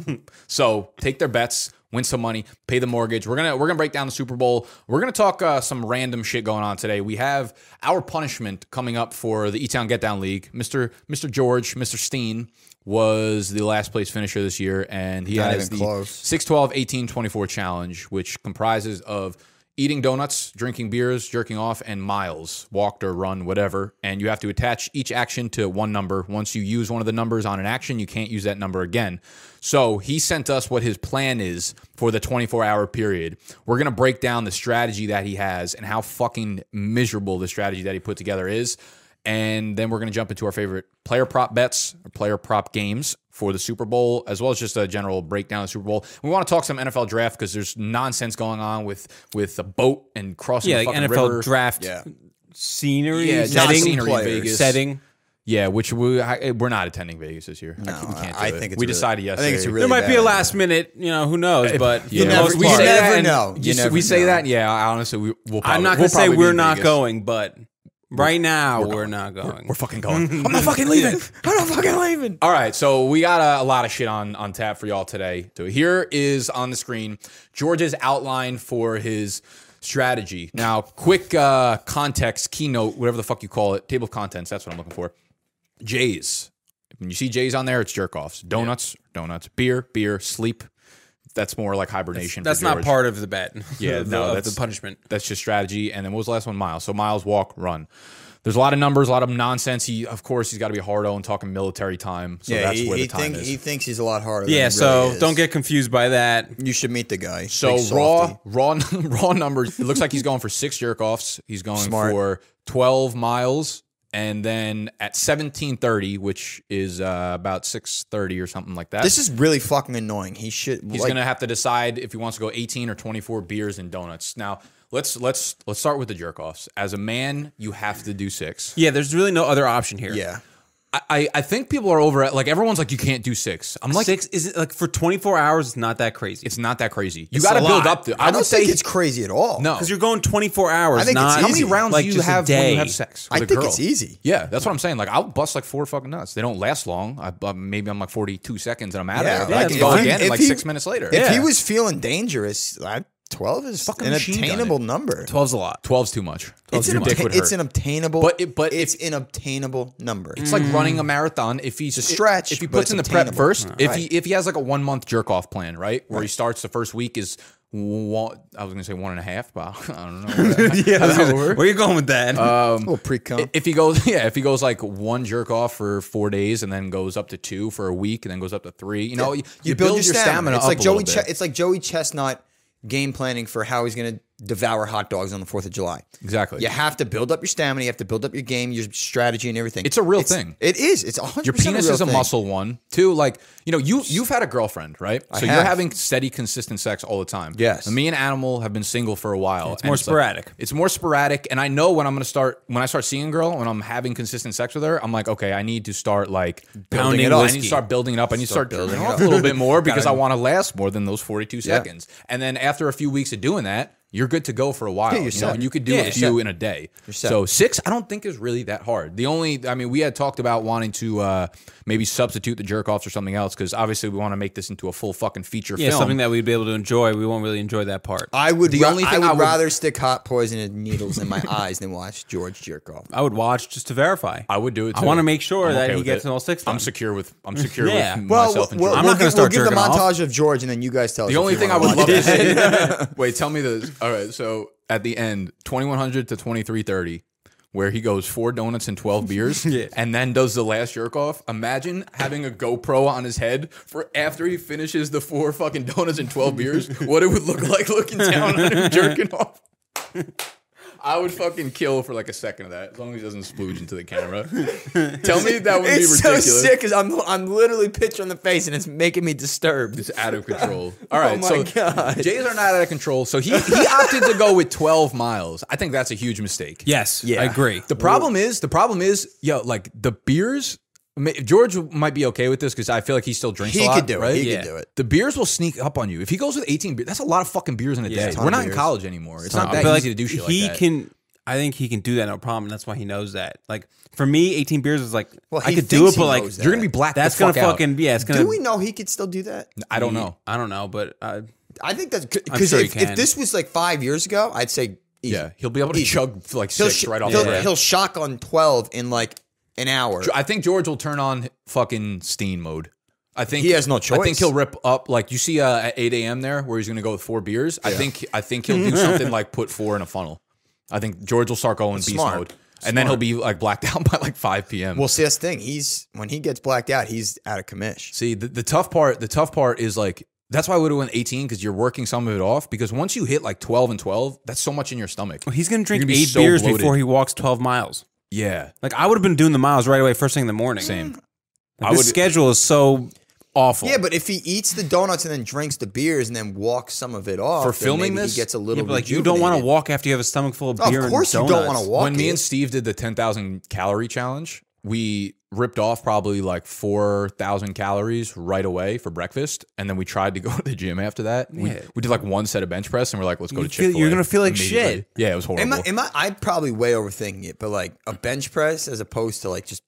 [SPEAKER 1] so take their bets, win some money, pay the mortgage. We're gonna we're gonna break down the Super Bowl. We're gonna talk uh, some random shit going on today. We have our punishment coming up for the E Town Get Down League. Mister Mister George, Mister Steen was the last place finisher this year, and he
[SPEAKER 7] Not
[SPEAKER 1] has
[SPEAKER 7] even
[SPEAKER 1] the
[SPEAKER 7] close.
[SPEAKER 1] 6 12 18 24 challenge which comprises of eating donuts drinking beers jerking off and miles walked or run whatever and you have to attach each action to one number once you use one of the numbers on an action you can't use that number again so he sent us what his plan is for the 24 hour period we're going to break down the strategy that he has and how fucking miserable the strategy that he put together is and then we're going to jump into our favorite player prop bets or player prop games for the Super Bowl, as well as just a general breakdown of the Super Bowl. We want to talk some NFL draft because there's nonsense going on with with the boat and crossing
[SPEAKER 9] Yeah,
[SPEAKER 1] the
[SPEAKER 9] like
[SPEAKER 1] fucking
[SPEAKER 9] NFL
[SPEAKER 1] river.
[SPEAKER 9] draft scenery,
[SPEAKER 1] Yeah, just
[SPEAKER 9] setting,
[SPEAKER 1] scenery in Vegas.
[SPEAKER 9] setting.
[SPEAKER 1] Yeah, which we, I, we're not attending Vegas this year. No, we can't do
[SPEAKER 7] I
[SPEAKER 1] it.
[SPEAKER 7] think it's
[SPEAKER 1] we
[SPEAKER 7] really-
[SPEAKER 1] decided
[SPEAKER 7] I
[SPEAKER 1] yesterday.
[SPEAKER 7] think it's a really
[SPEAKER 9] there might be
[SPEAKER 7] bad
[SPEAKER 9] a last minute, you know, who knows? But
[SPEAKER 1] Yeah.
[SPEAKER 9] for the
[SPEAKER 1] Never-
[SPEAKER 9] most
[SPEAKER 1] we
[SPEAKER 9] part-
[SPEAKER 1] say that
[SPEAKER 7] never
[SPEAKER 1] and
[SPEAKER 7] know.
[SPEAKER 1] you
[SPEAKER 7] You
[SPEAKER 1] s-
[SPEAKER 7] never
[SPEAKER 1] we say
[SPEAKER 7] know.
[SPEAKER 1] that. and Yeah, I honestly, we, we'll probably.
[SPEAKER 9] I'm not
[SPEAKER 1] we'll
[SPEAKER 9] gonna say
[SPEAKER 1] probably be
[SPEAKER 9] we're
[SPEAKER 1] in
[SPEAKER 9] not
[SPEAKER 1] Vegas.
[SPEAKER 9] going, but right now we're, not going.
[SPEAKER 1] We're fucking going. I'm not fucking leaving.
[SPEAKER 7] I'm not fucking leaving.
[SPEAKER 1] All right, so we got a, a lot of shit on on tap for y'all today. So here is on the screen George's outline for his strategy. Now, quick uh, context, keynote, whatever the fuck you call it, table of contents. That's what I'm looking for. Jays. When you see Jays on there, it's jerk offs. Donuts, donuts. Beer, beer. Sleep. That's more like hibernation. for
[SPEAKER 9] That's not
[SPEAKER 1] George.
[SPEAKER 9] part of the bet.
[SPEAKER 1] Yeah,
[SPEAKER 9] Of the-
[SPEAKER 1] no,
[SPEAKER 9] of
[SPEAKER 1] that's
[SPEAKER 9] the punishment.
[SPEAKER 1] That's just strategy. And then what was the last one? Miles. So Miles walk run. There's a lot of numbers, a lot of nonsense. He, of course, he's got to be hard on talking military time. So
[SPEAKER 7] yeah,
[SPEAKER 1] that's
[SPEAKER 7] he,
[SPEAKER 1] where the
[SPEAKER 7] he
[SPEAKER 1] time
[SPEAKER 7] think-
[SPEAKER 1] is.
[SPEAKER 7] he thinks he's a lot harder.
[SPEAKER 9] Yeah,
[SPEAKER 7] than he
[SPEAKER 9] so
[SPEAKER 7] really is.
[SPEAKER 9] don't get confused by that.
[SPEAKER 7] You should meet the guy.
[SPEAKER 1] So
[SPEAKER 7] Big
[SPEAKER 1] raw,
[SPEAKER 7] softy.
[SPEAKER 1] raw, raw numbers. It looks like he's going for six jerk offs. He's going
[SPEAKER 7] Smart.
[SPEAKER 1] for twelve miles, and then at seventeen thirty, which is uh, about six thirty or something like that.
[SPEAKER 7] This is really fucking annoying. He should.
[SPEAKER 1] he's
[SPEAKER 7] like,
[SPEAKER 1] gonna have to decide if he wants to go 18 or 24 beers and donuts now let's let's let's start with the jerk offs as a man you have to do six
[SPEAKER 9] Yeah, there's really no other option here.
[SPEAKER 7] Yeah.
[SPEAKER 1] I- I, I think people are over at like everyone's like you can't do six. I'm like
[SPEAKER 9] six is it like for 24 hours? It's not that crazy.
[SPEAKER 1] It's not that crazy. You
[SPEAKER 9] It's
[SPEAKER 1] got to
[SPEAKER 9] a
[SPEAKER 1] build
[SPEAKER 9] lot.
[SPEAKER 1] up. The, I,
[SPEAKER 9] I don't
[SPEAKER 1] would say
[SPEAKER 7] think it's crazy at all.
[SPEAKER 1] No,
[SPEAKER 9] because you're going 24 hours.
[SPEAKER 1] I think
[SPEAKER 9] not
[SPEAKER 1] it's how many rounds
[SPEAKER 9] like
[SPEAKER 1] do you
[SPEAKER 9] just a
[SPEAKER 1] have when
[SPEAKER 9] day.
[SPEAKER 1] you have sex?
[SPEAKER 7] I
[SPEAKER 1] with a
[SPEAKER 7] think
[SPEAKER 1] girl?
[SPEAKER 7] it's easy.
[SPEAKER 1] Yeah, that's what I'm saying. Like I'll bust like four fucking nuts. They don't last long. I uh, maybe I'm like 42 seconds and I'm out
[SPEAKER 7] Yeah,
[SPEAKER 1] of there. But I
[SPEAKER 7] like,
[SPEAKER 1] can
[SPEAKER 7] if
[SPEAKER 1] go
[SPEAKER 7] he-
[SPEAKER 1] again
[SPEAKER 7] if
[SPEAKER 1] like
[SPEAKER 7] he-
[SPEAKER 1] six minutes later.
[SPEAKER 7] If he was feeling dangerous, I'd Twelve is
[SPEAKER 1] Fucking
[SPEAKER 7] an
[SPEAKER 1] machine gun it.
[SPEAKER 7] obtainable number.
[SPEAKER 9] 12's a lot.
[SPEAKER 1] 12's too much. 12's
[SPEAKER 7] It's an,
[SPEAKER 1] too much.
[SPEAKER 7] obta- it's an obtainable,
[SPEAKER 1] But it- but
[SPEAKER 7] it's an obtainable number.
[SPEAKER 1] It's like running a marathon. If he's
[SPEAKER 7] a Mm. stretch,
[SPEAKER 1] if he
[SPEAKER 7] but
[SPEAKER 1] puts
[SPEAKER 7] it's
[SPEAKER 1] in the prep
[SPEAKER 7] obtainable.
[SPEAKER 1] first, if
[SPEAKER 7] Right.
[SPEAKER 1] he if he has like a one month jerk off plan, right, where he starts the first week is one. I was gonna say one and a half, but I don't know.
[SPEAKER 9] Yeah, where are you going with that?
[SPEAKER 1] Um,
[SPEAKER 7] little pre-cum.
[SPEAKER 1] If he goes, yeah, if he goes like one jerk off for four days and then goes up to two for a week and then goes up to three, you know, you, you build, your stamina.
[SPEAKER 7] It's
[SPEAKER 1] up
[SPEAKER 7] like
[SPEAKER 1] a
[SPEAKER 7] Joey.
[SPEAKER 1] little
[SPEAKER 7] Che-
[SPEAKER 1] bit.
[SPEAKER 7] it's like Joey Chestnut game planning for how he's going to devour hot dogs on the Fourth of July.
[SPEAKER 1] Exactly.
[SPEAKER 7] You have to build up your stamina. You have to build up your game, your strategy, and everything.
[SPEAKER 1] It's a real thing.
[SPEAKER 7] It is. It's 100
[SPEAKER 1] your penis
[SPEAKER 7] real
[SPEAKER 1] is a
[SPEAKER 7] thing.
[SPEAKER 1] muscle one too. Like you know, you you've had a girlfriend, right?
[SPEAKER 7] I
[SPEAKER 1] so you're
[SPEAKER 7] have.
[SPEAKER 1] having steady, consistent sex all the time.
[SPEAKER 7] Yes.
[SPEAKER 1] And me and Animal have been single for a while.
[SPEAKER 9] It's
[SPEAKER 1] and
[SPEAKER 9] more
[SPEAKER 1] like-
[SPEAKER 9] sporadic.
[SPEAKER 1] it's more sporadic, and I know when I'm gonna start when I start seeing a girl when I'm having consistent sex with her, I'm like, okay, I need to start like
[SPEAKER 9] Pounding
[SPEAKER 1] building it up. I
[SPEAKER 9] whiskey.
[SPEAKER 1] need to start building it up. I need to start
[SPEAKER 7] Start
[SPEAKER 1] building it
[SPEAKER 7] building it
[SPEAKER 1] up
[SPEAKER 7] up.
[SPEAKER 1] a little bit more because I
[SPEAKER 7] Gotta-
[SPEAKER 1] want to last more than those 42
[SPEAKER 7] Yeah.
[SPEAKER 1] seconds. And then after a few weeks of doing that. You're good to go for a while.
[SPEAKER 7] you're
[SPEAKER 1] you, know,
[SPEAKER 7] set.
[SPEAKER 1] and you could do
[SPEAKER 7] Yeah,
[SPEAKER 1] a
[SPEAKER 7] you're
[SPEAKER 1] few
[SPEAKER 7] set.
[SPEAKER 1] in a day.
[SPEAKER 7] You're set.
[SPEAKER 1] So six, I don't think is really that hard. The only, I mean, we had talked about wanting to uh, maybe substitute the jerk offs or something else because obviously we want to make this into a full fucking feature
[SPEAKER 9] Yeah,
[SPEAKER 1] film.
[SPEAKER 9] something that we'd be able to enjoy. We won't really enjoy that part.
[SPEAKER 7] I would.
[SPEAKER 1] The
[SPEAKER 7] ra-
[SPEAKER 1] only
[SPEAKER 7] I
[SPEAKER 1] thing
[SPEAKER 7] would
[SPEAKER 1] I would-
[SPEAKER 7] rather stick hot poisoned needles in my eyes than watch George jerk off.
[SPEAKER 1] Oh,
[SPEAKER 9] I would watch just to verify.
[SPEAKER 1] I would do it.
[SPEAKER 9] I
[SPEAKER 1] too.
[SPEAKER 9] want to make sure
[SPEAKER 1] I'm
[SPEAKER 9] that
[SPEAKER 1] okay
[SPEAKER 9] he
[SPEAKER 1] with
[SPEAKER 9] gets
[SPEAKER 1] it.
[SPEAKER 9] an all six.
[SPEAKER 1] I'm secure with. I'm secure
[SPEAKER 9] Yeah.
[SPEAKER 1] with
[SPEAKER 7] Well,
[SPEAKER 1] myself.
[SPEAKER 7] well, well,
[SPEAKER 9] I'm
[SPEAKER 7] we'll
[SPEAKER 9] not gonna
[SPEAKER 7] gi-
[SPEAKER 9] start
[SPEAKER 7] We'll give
[SPEAKER 9] jerking
[SPEAKER 7] the
[SPEAKER 9] off.
[SPEAKER 7] montage of George, and then you guys tell us.
[SPEAKER 1] the
[SPEAKER 7] if
[SPEAKER 1] only
[SPEAKER 7] you
[SPEAKER 1] thing I
[SPEAKER 7] wanna
[SPEAKER 1] would love
[SPEAKER 7] watch
[SPEAKER 1] to
[SPEAKER 7] it.
[SPEAKER 1] see. Wait, tell me this. All right, so at the end, twenty one hundred to twenty three thirty. Where he goes four donuts and twelve beers, and then does the last jerk off. Imagine having a GoPro on his head for after he finishes the four fucking donuts and twelve beers. What it would look like looking down on him jerking off. I would fucking kill for like a second of that, as long as he doesn't splooge into the camera. Tell me that would be
[SPEAKER 7] it's so
[SPEAKER 1] ridiculous.
[SPEAKER 7] sick because I'm I'm literally picturing the face, and it's making me disturbed.
[SPEAKER 1] It's out of control. All right,
[SPEAKER 7] oh
[SPEAKER 1] so
[SPEAKER 7] my God.
[SPEAKER 1] Jays are not out of control. So he, he opted to go with 12 miles. I think that's a huge mistake.
[SPEAKER 9] Yes,
[SPEAKER 7] Yeah.
[SPEAKER 9] I agree.
[SPEAKER 1] The problem is, the problem is, yo, like the beers. I mean, George might be okay with this because I feel like he still drinks.
[SPEAKER 7] He
[SPEAKER 1] a lot,
[SPEAKER 7] could do it.
[SPEAKER 1] right?
[SPEAKER 7] He could Yeah. do it.
[SPEAKER 1] The beers will sneak up on you if he goes with 18 beers. That's a lot of fucking beers in a
[SPEAKER 9] Yeah.
[SPEAKER 1] day.
[SPEAKER 7] Ton
[SPEAKER 1] We're
[SPEAKER 7] of
[SPEAKER 1] not in
[SPEAKER 7] beers.
[SPEAKER 1] college anymore. It's not
[SPEAKER 9] I
[SPEAKER 1] that
[SPEAKER 9] feel
[SPEAKER 1] easy
[SPEAKER 9] like
[SPEAKER 1] to do shit like
[SPEAKER 9] he
[SPEAKER 1] that.
[SPEAKER 9] can. I think he can do that no problem. and That's why he knows that. Like for me, 18 beers is like
[SPEAKER 7] Well,
[SPEAKER 9] I
[SPEAKER 7] he
[SPEAKER 9] could do
[SPEAKER 7] thinks
[SPEAKER 9] it, but
[SPEAKER 7] he
[SPEAKER 9] like
[SPEAKER 7] knows that.
[SPEAKER 1] You're gonna be black.
[SPEAKER 9] that's
[SPEAKER 1] the
[SPEAKER 9] gonna
[SPEAKER 1] fuck out.
[SPEAKER 9] fucking yeah, it's gonna.
[SPEAKER 7] Do we know he could still do that?
[SPEAKER 1] I don't know.
[SPEAKER 9] I don't know, but uh,
[SPEAKER 7] I think that's
[SPEAKER 9] I'm
[SPEAKER 7] because
[SPEAKER 9] sure he
[SPEAKER 7] if, if
[SPEAKER 9] can.
[SPEAKER 7] this was like five years ago, I'd say easy.
[SPEAKER 1] Yeah, he'll be able to
[SPEAKER 7] Easy.
[SPEAKER 1] chug like
[SPEAKER 7] He'll,
[SPEAKER 1] six
[SPEAKER 7] sh-
[SPEAKER 1] right off
[SPEAKER 7] he'll,
[SPEAKER 1] the bat.
[SPEAKER 7] he'll shock on twelve in like an hour.
[SPEAKER 1] I think George will turn on fucking Steen mode. I think
[SPEAKER 7] He has no
[SPEAKER 1] I think
[SPEAKER 7] choice.
[SPEAKER 1] he'll rip up like you see uh, at eight a.m. there where he's going to go with four beers. I think I think he'll do something like put four in a funnel. I think George will start going beast
[SPEAKER 7] Smart.
[SPEAKER 1] mode, and then he'll be like blacked out by like five p.m.
[SPEAKER 7] Well, see that's the thing. He's when he gets blacked out, he's out of commish.
[SPEAKER 1] See, the, the tough part, the tough part is like that's why I would have went 18 because you're working some of it off. Because once you hit like 12 and 12, that's so much in your stomach.
[SPEAKER 9] he's gonna drink
[SPEAKER 1] You're gonna be
[SPEAKER 9] eight
[SPEAKER 1] so
[SPEAKER 9] beers
[SPEAKER 1] bloated.
[SPEAKER 9] before he walks 12 miles.
[SPEAKER 1] Yeah,
[SPEAKER 9] Like I would have been doing the miles right away first thing in the morning. Same.
[SPEAKER 1] I
[SPEAKER 9] this
[SPEAKER 1] would-
[SPEAKER 9] schedule is so awful.
[SPEAKER 7] Yeah, but if he eats the donuts and then drinks the beers and then walks some of it off
[SPEAKER 1] For
[SPEAKER 7] then
[SPEAKER 1] filming
[SPEAKER 7] maybe
[SPEAKER 1] this?
[SPEAKER 7] he gets a
[SPEAKER 9] Yeah,
[SPEAKER 7] little.
[SPEAKER 9] but, like you don't want to
[SPEAKER 7] rejuvenated.
[SPEAKER 9] walk after you have a stomach full of
[SPEAKER 7] Of
[SPEAKER 9] beer.
[SPEAKER 7] course you
[SPEAKER 9] and
[SPEAKER 7] don't
[SPEAKER 9] donuts.
[SPEAKER 7] wanna walk
[SPEAKER 1] when me
[SPEAKER 7] it.
[SPEAKER 1] and Steve did the 10,000 calorie challenge, we ripped off probably like 4,000 calories right away for breakfast. And then we tried to go to the gym after that. We,
[SPEAKER 9] Yeah.
[SPEAKER 1] we did like one set of bench press and we're like, let's go
[SPEAKER 9] You
[SPEAKER 1] to
[SPEAKER 9] feel-
[SPEAKER 1] Chick
[SPEAKER 9] you're
[SPEAKER 1] fil
[SPEAKER 9] gonna feel like shit.
[SPEAKER 1] Yeah, it was horrible.
[SPEAKER 7] Am I? Am I? I'm probably way overthinking it, but like a bench press as opposed to like just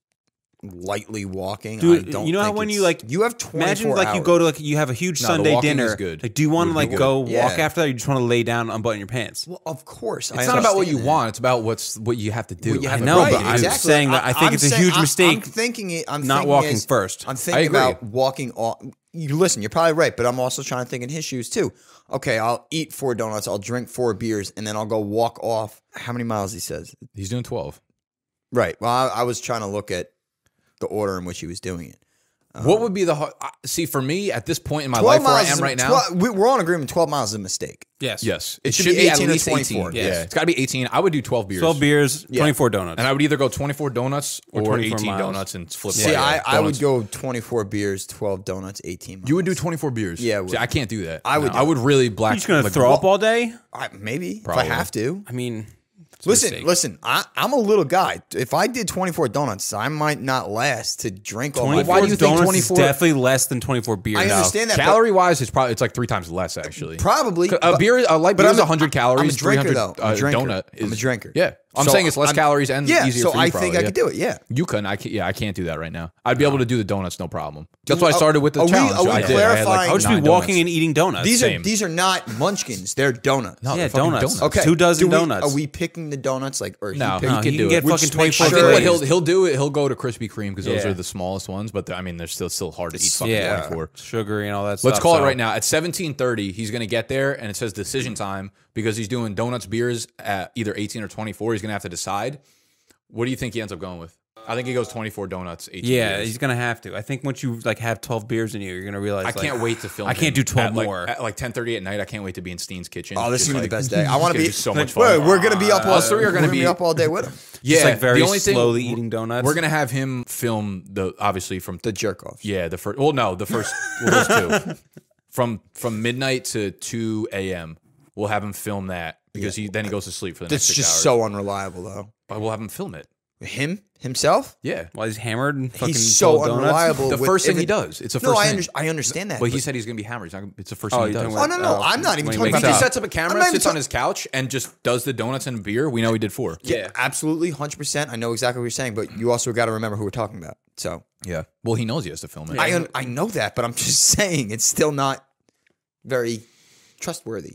[SPEAKER 7] lightly walking.
[SPEAKER 9] Dude,
[SPEAKER 7] I don't.
[SPEAKER 9] you know how
[SPEAKER 7] think
[SPEAKER 9] when you,
[SPEAKER 7] it's-
[SPEAKER 9] like,
[SPEAKER 7] you have 24
[SPEAKER 9] Imagine like you
[SPEAKER 7] hours.
[SPEAKER 9] go to like you have a huge
[SPEAKER 1] No, the
[SPEAKER 9] Sunday
[SPEAKER 1] walking
[SPEAKER 9] dinner.
[SPEAKER 1] is good.
[SPEAKER 9] Like, do you want
[SPEAKER 1] Would
[SPEAKER 9] to
[SPEAKER 1] be
[SPEAKER 9] like
[SPEAKER 1] good.
[SPEAKER 9] go walk
[SPEAKER 7] Yeah.
[SPEAKER 9] after that? Or you just want to lay down, unbutton your pants.
[SPEAKER 7] Well, of course,
[SPEAKER 1] it's not about what you
[SPEAKER 7] understand that.
[SPEAKER 1] want. It's about what's what you have to do.
[SPEAKER 7] What you have
[SPEAKER 9] I
[SPEAKER 7] to
[SPEAKER 9] know,
[SPEAKER 7] do.
[SPEAKER 9] but I'm saying that I think it's a huge
[SPEAKER 7] I'm-
[SPEAKER 9] mistake
[SPEAKER 7] I'm thinking it. I'm
[SPEAKER 9] not
[SPEAKER 7] thinking
[SPEAKER 9] walking
[SPEAKER 7] is-
[SPEAKER 9] first.
[SPEAKER 7] I'm
[SPEAKER 1] I
[SPEAKER 7] thinking
[SPEAKER 1] agree.
[SPEAKER 7] about walking off. You listen. You're probably right, but I'm also trying to think in his shoes too. Okay, I'll eat four donuts. I'll drink four beers, and then I'll go walk off. How many miles? He says.
[SPEAKER 1] He's doing 12.
[SPEAKER 7] Right. Well, I, I was trying to look at the order in which he was doing it.
[SPEAKER 1] what would be the hard? I- See, for me at this point in my
[SPEAKER 7] 12
[SPEAKER 1] life where I
[SPEAKER 7] miles is
[SPEAKER 1] am
[SPEAKER 7] a-
[SPEAKER 1] right now,
[SPEAKER 7] 12 we- we're all in agreement. Twelve miles is a mistake.
[SPEAKER 9] Yes.
[SPEAKER 1] yes,
[SPEAKER 7] It should be 18 or 24,
[SPEAKER 1] Yeah,
[SPEAKER 7] yes.
[SPEAKER 1] it's got to be 18. I would do 12 beers.
[SPEAKER 9] Twelve beers,
[SPEAKER 7] Yeah.
[SPEAKER 9] twenty four donuts.
[SPEAKER 1] And I would either go 24 donuts or,
[SPEAKER 9] Or 24
[SPEAKER 1] 18
[SPEAKER 9] miles.
[SPEAKER 1] donuts and flip.
[SPEAKER 7] See,
[SPEAKER 1] right
[SPEAKER 7] I,
[SPEAKER 1] there.
[SPEAKER 7] I would
[SPEAKER 1] Donuts.
[SPEAKER 7] go 24 beers, 12 donuts, 18 miles.
[SPEAKER 1] You would do 24 beers.
[SPEAKER 7] Yeah, I would.
[SPEAKER 1] See, I can't do that.
[SPEAKER 7] I would
[SPEAKER 1] No,
[SPEAKER 7] do
[SPEAKER 1] I would really black.
[SPEAKER 9] You're just gonna
[SPEAKER 1] like,
[SPEAKER 9] throw up all day.
[SPEAKER 7] I, maybe
[SPEAKER 1] Probably.
[SPEAKER 7] if I have to.
[SPEAKER 9] I mean, it's a
[SPEAKER 7] Listen,
[SPEAKER 9] mistake.
[SPEAKER 7] listen. I, I'm a little guy. If I did 24 donuts, I might not last to drink all my.
[SPEAKER 9] Twenty
[SPEAKER 1] Why do
[SPEAKER 9] four
[SPEAKER 1] you think
[SPEAKER 9] donuts is
[SPEAKER 1] 24
[SPEAKER 9] definitely less than twenty four beers.
[SPEAKER 7] I
[SPEAKER 9] No.
[SPEAKER 7] understand that.
[SPEAKER 1] Calorie wise, it's probably it's like three times less actually.
[SPEAKER 7] but probably
[SPEAKER 1] a
[SPEAKER 7] but-
[SPEAKER 1] beer, a light
[SPEAKER 7] but
[SPEAKER 1] beer
[SPEAKER 7] I'm
[SPEAKER 1] is
[SPEAKER 7] a-
[SPEAKER 1] 100 calories.
[SPEAKER 7] I'm a drinker
[SPEAKER 1] 300,
[SPEAKER 7] though. I'm a
[SPEAKER 1] uh,
[SPEAKER 7] drinker.
[SPEAKER 1] donut. Is,
[SPEAKER 7] I'm a drinker.
[SPEAKER 1] Yeah, I'm
[SPEAKER 7] So
[SPEAKER 1] saying it's less
[SPEAKER 7] I'm-
[SPEAKER 1] calories and
[SPEAKER 7] yeah,
[SPEAKER 1] easier
[SPEAKER 7] so
[SPEAKER 1] for you.
[SPEAKER 7] I
[SPEAKER 1] probably,
[SPEAKER 7] think I could do it, yeah.
[SPEAKER 1] you can. I can, yeah, I can't do that right now. I'd be able to do the donuts, no problem.
[SPEAKER 7] Do
[SPEAKER 1] That's why I
[SPEAKER 7] we-
[SPEAKER 1] started with the
[SPEAKER 7] are we-
[SPEAKER 1] challenge.
[SPEAKER 7] are we
[SPEAKER 1] I did. I had like
[SPEAKER 7] clarifying- I would just be
[SPEAKER 1] nine
[SPEAKER 7] walking
[SPEAKER 1] donuts.
[SPEAKER 7] and eating These are these are not munchkins. They're donuts.
[SPEAKER 1] No, Yeah, they're fucking donuts. donuts.
[SPEAKER 7] Okay,
[SPEAKER 1] Two dozen
[SPEAKER 7] do we-
[SPEAKER 1] donuts.
[SPEAKER 7] Are we picking the donuts like or
[SPEAKER 1] No,
[SPEAKER 7] he
[SPEAKER 1] no,
[SPEAKER 7] picked-
[SPEAKER 1] he can do it.
[SPEAKER 7] We'll just make
[SPEAKER 1] I
[SPEAKER 7] sure
[SPEAKER 1] think
[SPEAKER 7] it
[SPEAKER 1] what he'll
[SPEAKER 7] is-
[SPEAKER 1] he'll do it. He'll go to Krispy Kreme because those
[SPEAKER 7] Yeah.
[SPEAKER 1] are the smallest ones. But they're- I mean, they're still still hard to eat. Fucking
[SPEAKER 9] yeah.
[SPEAKER 1] 24.
[SPEAKER 9] sugary and all that stuff.
[SPEAKER 1] Let's call
[SPEAKER 9] so-
[SPEAKER 1] it right now. At 17:30, he's going to get there and it says decision time because he's doing donuts beers at either 18 or 24. He's going to have to decide. What do you think he ends up going with? I think he goes 24 donuts, 18
[SPEAKER 9] Yeah,
[SPEAKER 1] beers.
[SPEAKER 9] he's gonna have to. I think once you like have twelve beers in you, you're gonna realize.
[SPEAKER 1] I
[SPEAKER 9] like,
[SPEAKER 1] can't wait to film.
[SPEAKER 9] I can't
[SPEAKER 1] him
[SPEAKER 9] do twelve
[SPEAKER 1] at, like-
[SPEAKER 9] more.
[SPEAKER 1] at like 10:30 at night. I can't wait to be in Steen's kitchen.
[SPEAKER 7] Oh, this is
[SPEAKER 1] Just,
[SPEAKER 7] gonna
[SPEAKER 1] like-
[SPEAKER 7] be the best day. I want
[SPEAKER 1] it's
[SPEAKER 7] to
[SPEAKER 1] gonna
[SPEAKER 7] be
[SPEAKER 1] so much
[SPEAKER 7] Wait,
[SPEAKER 1] fun.
[SPEAKER 7] We're gonna be up all.
[SPEAKER 1] Us three are
[SPEAKER 7] we're
[SPEAKER 1] gonna
[SPEAKER 7] gonna
[SPEAKER 1] be-
[SPEAKER 7] up all day with them.
[SPEAKER 1] Yeah,
[SPEAKER 9] like, very
[SPEAKER 1] the only thing-
[SPEAKER 9] slowly eating donuts.
[SPEAKER 1] We're gonna have him film the obviously from
[SPEAKER 7] the jerk off.
[SPEAKER 1] Yeah, the first. Well, no, the first well, those two from from midnight to two a.m. We'll have him film that because he then he goes to sleep for the
[SPEAKER 7] That's
[SPEAKER 1] next six
[SPEAKER 7] just
[SPEAKER 1] hours.
[SPEAKER 7] so unreliable, though.
[SPEAKER 1] But we'll have him film it.
[SPEAKER 7] Him himself?
[SPEAKER 1] Yeah,
[SPEAKER 9] while he's hammered. And fucking
[SPEAKER 7] He's so
[SPEAKER 9] full of donuts.
[SPEAKER 7] unreliable.
[SPEAKER 1] The
[SPEAKER 7] with
[SPEAKER 1] first thing
[SPEAKER 7] if
[SPEAKER 1] he
[SPEAKER 7] it-
[SPEAKER 1] does. It's the
[SPEAKER 7] no,
[SPEAKER 1] first
[SPEAKER 7] I,
[SPEAKER 1] thing.
[SPEAKER 7] under- I understand that.
[SPEAKER 1] But he
[SPEAKER 7] but-
[SPEAKER 1] said he's gonna be hammered. He's not gonna- it's the first
[SPEAKER 9] Oh,
[SPEAKER 1] thing he
[SPEAKER 9] you're
[SPEAKER 1] does.
[SPEAKER 9] talking
[SPEAKER 7] Oh no, no, I'm not even
[SPEAKER 9] when he
[SPEAKER 7] talking
[SPEAKER 1] If
[SPEAKER 7] about
[SPEAKER 1] he
[SPEAKER 7] that.
[SPEAKER 1] sets up a
[SPEAKER 7] I'm
[SPEAKER 1] camera,
[SPEAKER 7] not even
[SPEAKER 1] sits on his couch, and just does the donuts and beer, we know he did four.
[SPEAKER 7] Yeah, absolutely, hundred percent. I know exactly what you're saying, but you also got to remember who we're talking about. So
[SPEAKER 1] yeah, well, he knows he has to film it.
[SPEAKER 7] I un- I know that, but I'm just saying it's still not very trustworthy.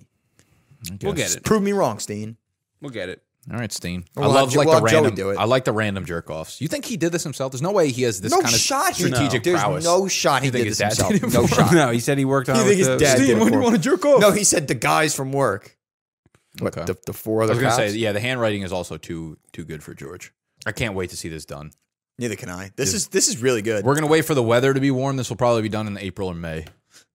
[SPEAKER 1] We'll get
[SPEAKER 7] Just
[SPEAKER 1] it.
[SPEAKER 7] Prove me wrong, Steen.
[SPEAKER 9] We'll get it.
[SPEAKER 1] All right, Steen.
[SPEAKER 7] Or
[SPEAKER 1] I
[SPEAKER 7] we'll
[SPEAKER 1] love
[SPEAKER 7] have Jo-
[SPEAKER 1] like
[SPEAKER 7] we'll
[SPEAKER 1] the
[SPEAKER 7] have Joey
[SPEAKER 1] random.
[SPEAKER 7] do it.
[SPEAKER 1] I like the random jerk offs. You think he did this himself? There's no way he has this
[SPEAKER 7] No
[SPEAKER 1] kind of
[SPEAKER 7] shot he-
[SPEAKER 1] strategic
[SPEAKER 7] No. There's
[SPEAKER 1] prowess.
[SPEAKER 7] no shot he
[SPEAKER 1] You think
[SPEAKER 7] did
[SPEAKER 1] his
[SPEAKER 7] this
[SPEAKER 1] dad
[SPEAKER 7] himself.
[SPEAKER 1] did it
[SPEAKER 7] No
[SPEAKER 1] for him?
[SPEAKER 7] shot.
[SPEAKER 9] No, he said he worked on.
[SPEAKER 7] You
[SPEAKER 9] it
[SPEAKER 7] think
[SPEAKER 9] with
[SPEAKER 7] his
[SPEAKER 9] the,
[SPEAKER 7] dad? did it for him.
[SPEAKER 1] jerk off?
[SPEAKER 7] No, he said the guys from work. What the, the four
[SPEAKER 1] I
[SPEAKER 7] other
[SPEAKER 1] was gonna
[SPEAKER 7] cops?
[SPEAKER 1] say, yeah, the handwriting is also too too good for George. I can't wait to see this done.
[SPEAKER 7] Neither can I. This is this is really good.
[SPEAKER 1] We're gonna wait for the weather to be warm. This will probably be done in April or May.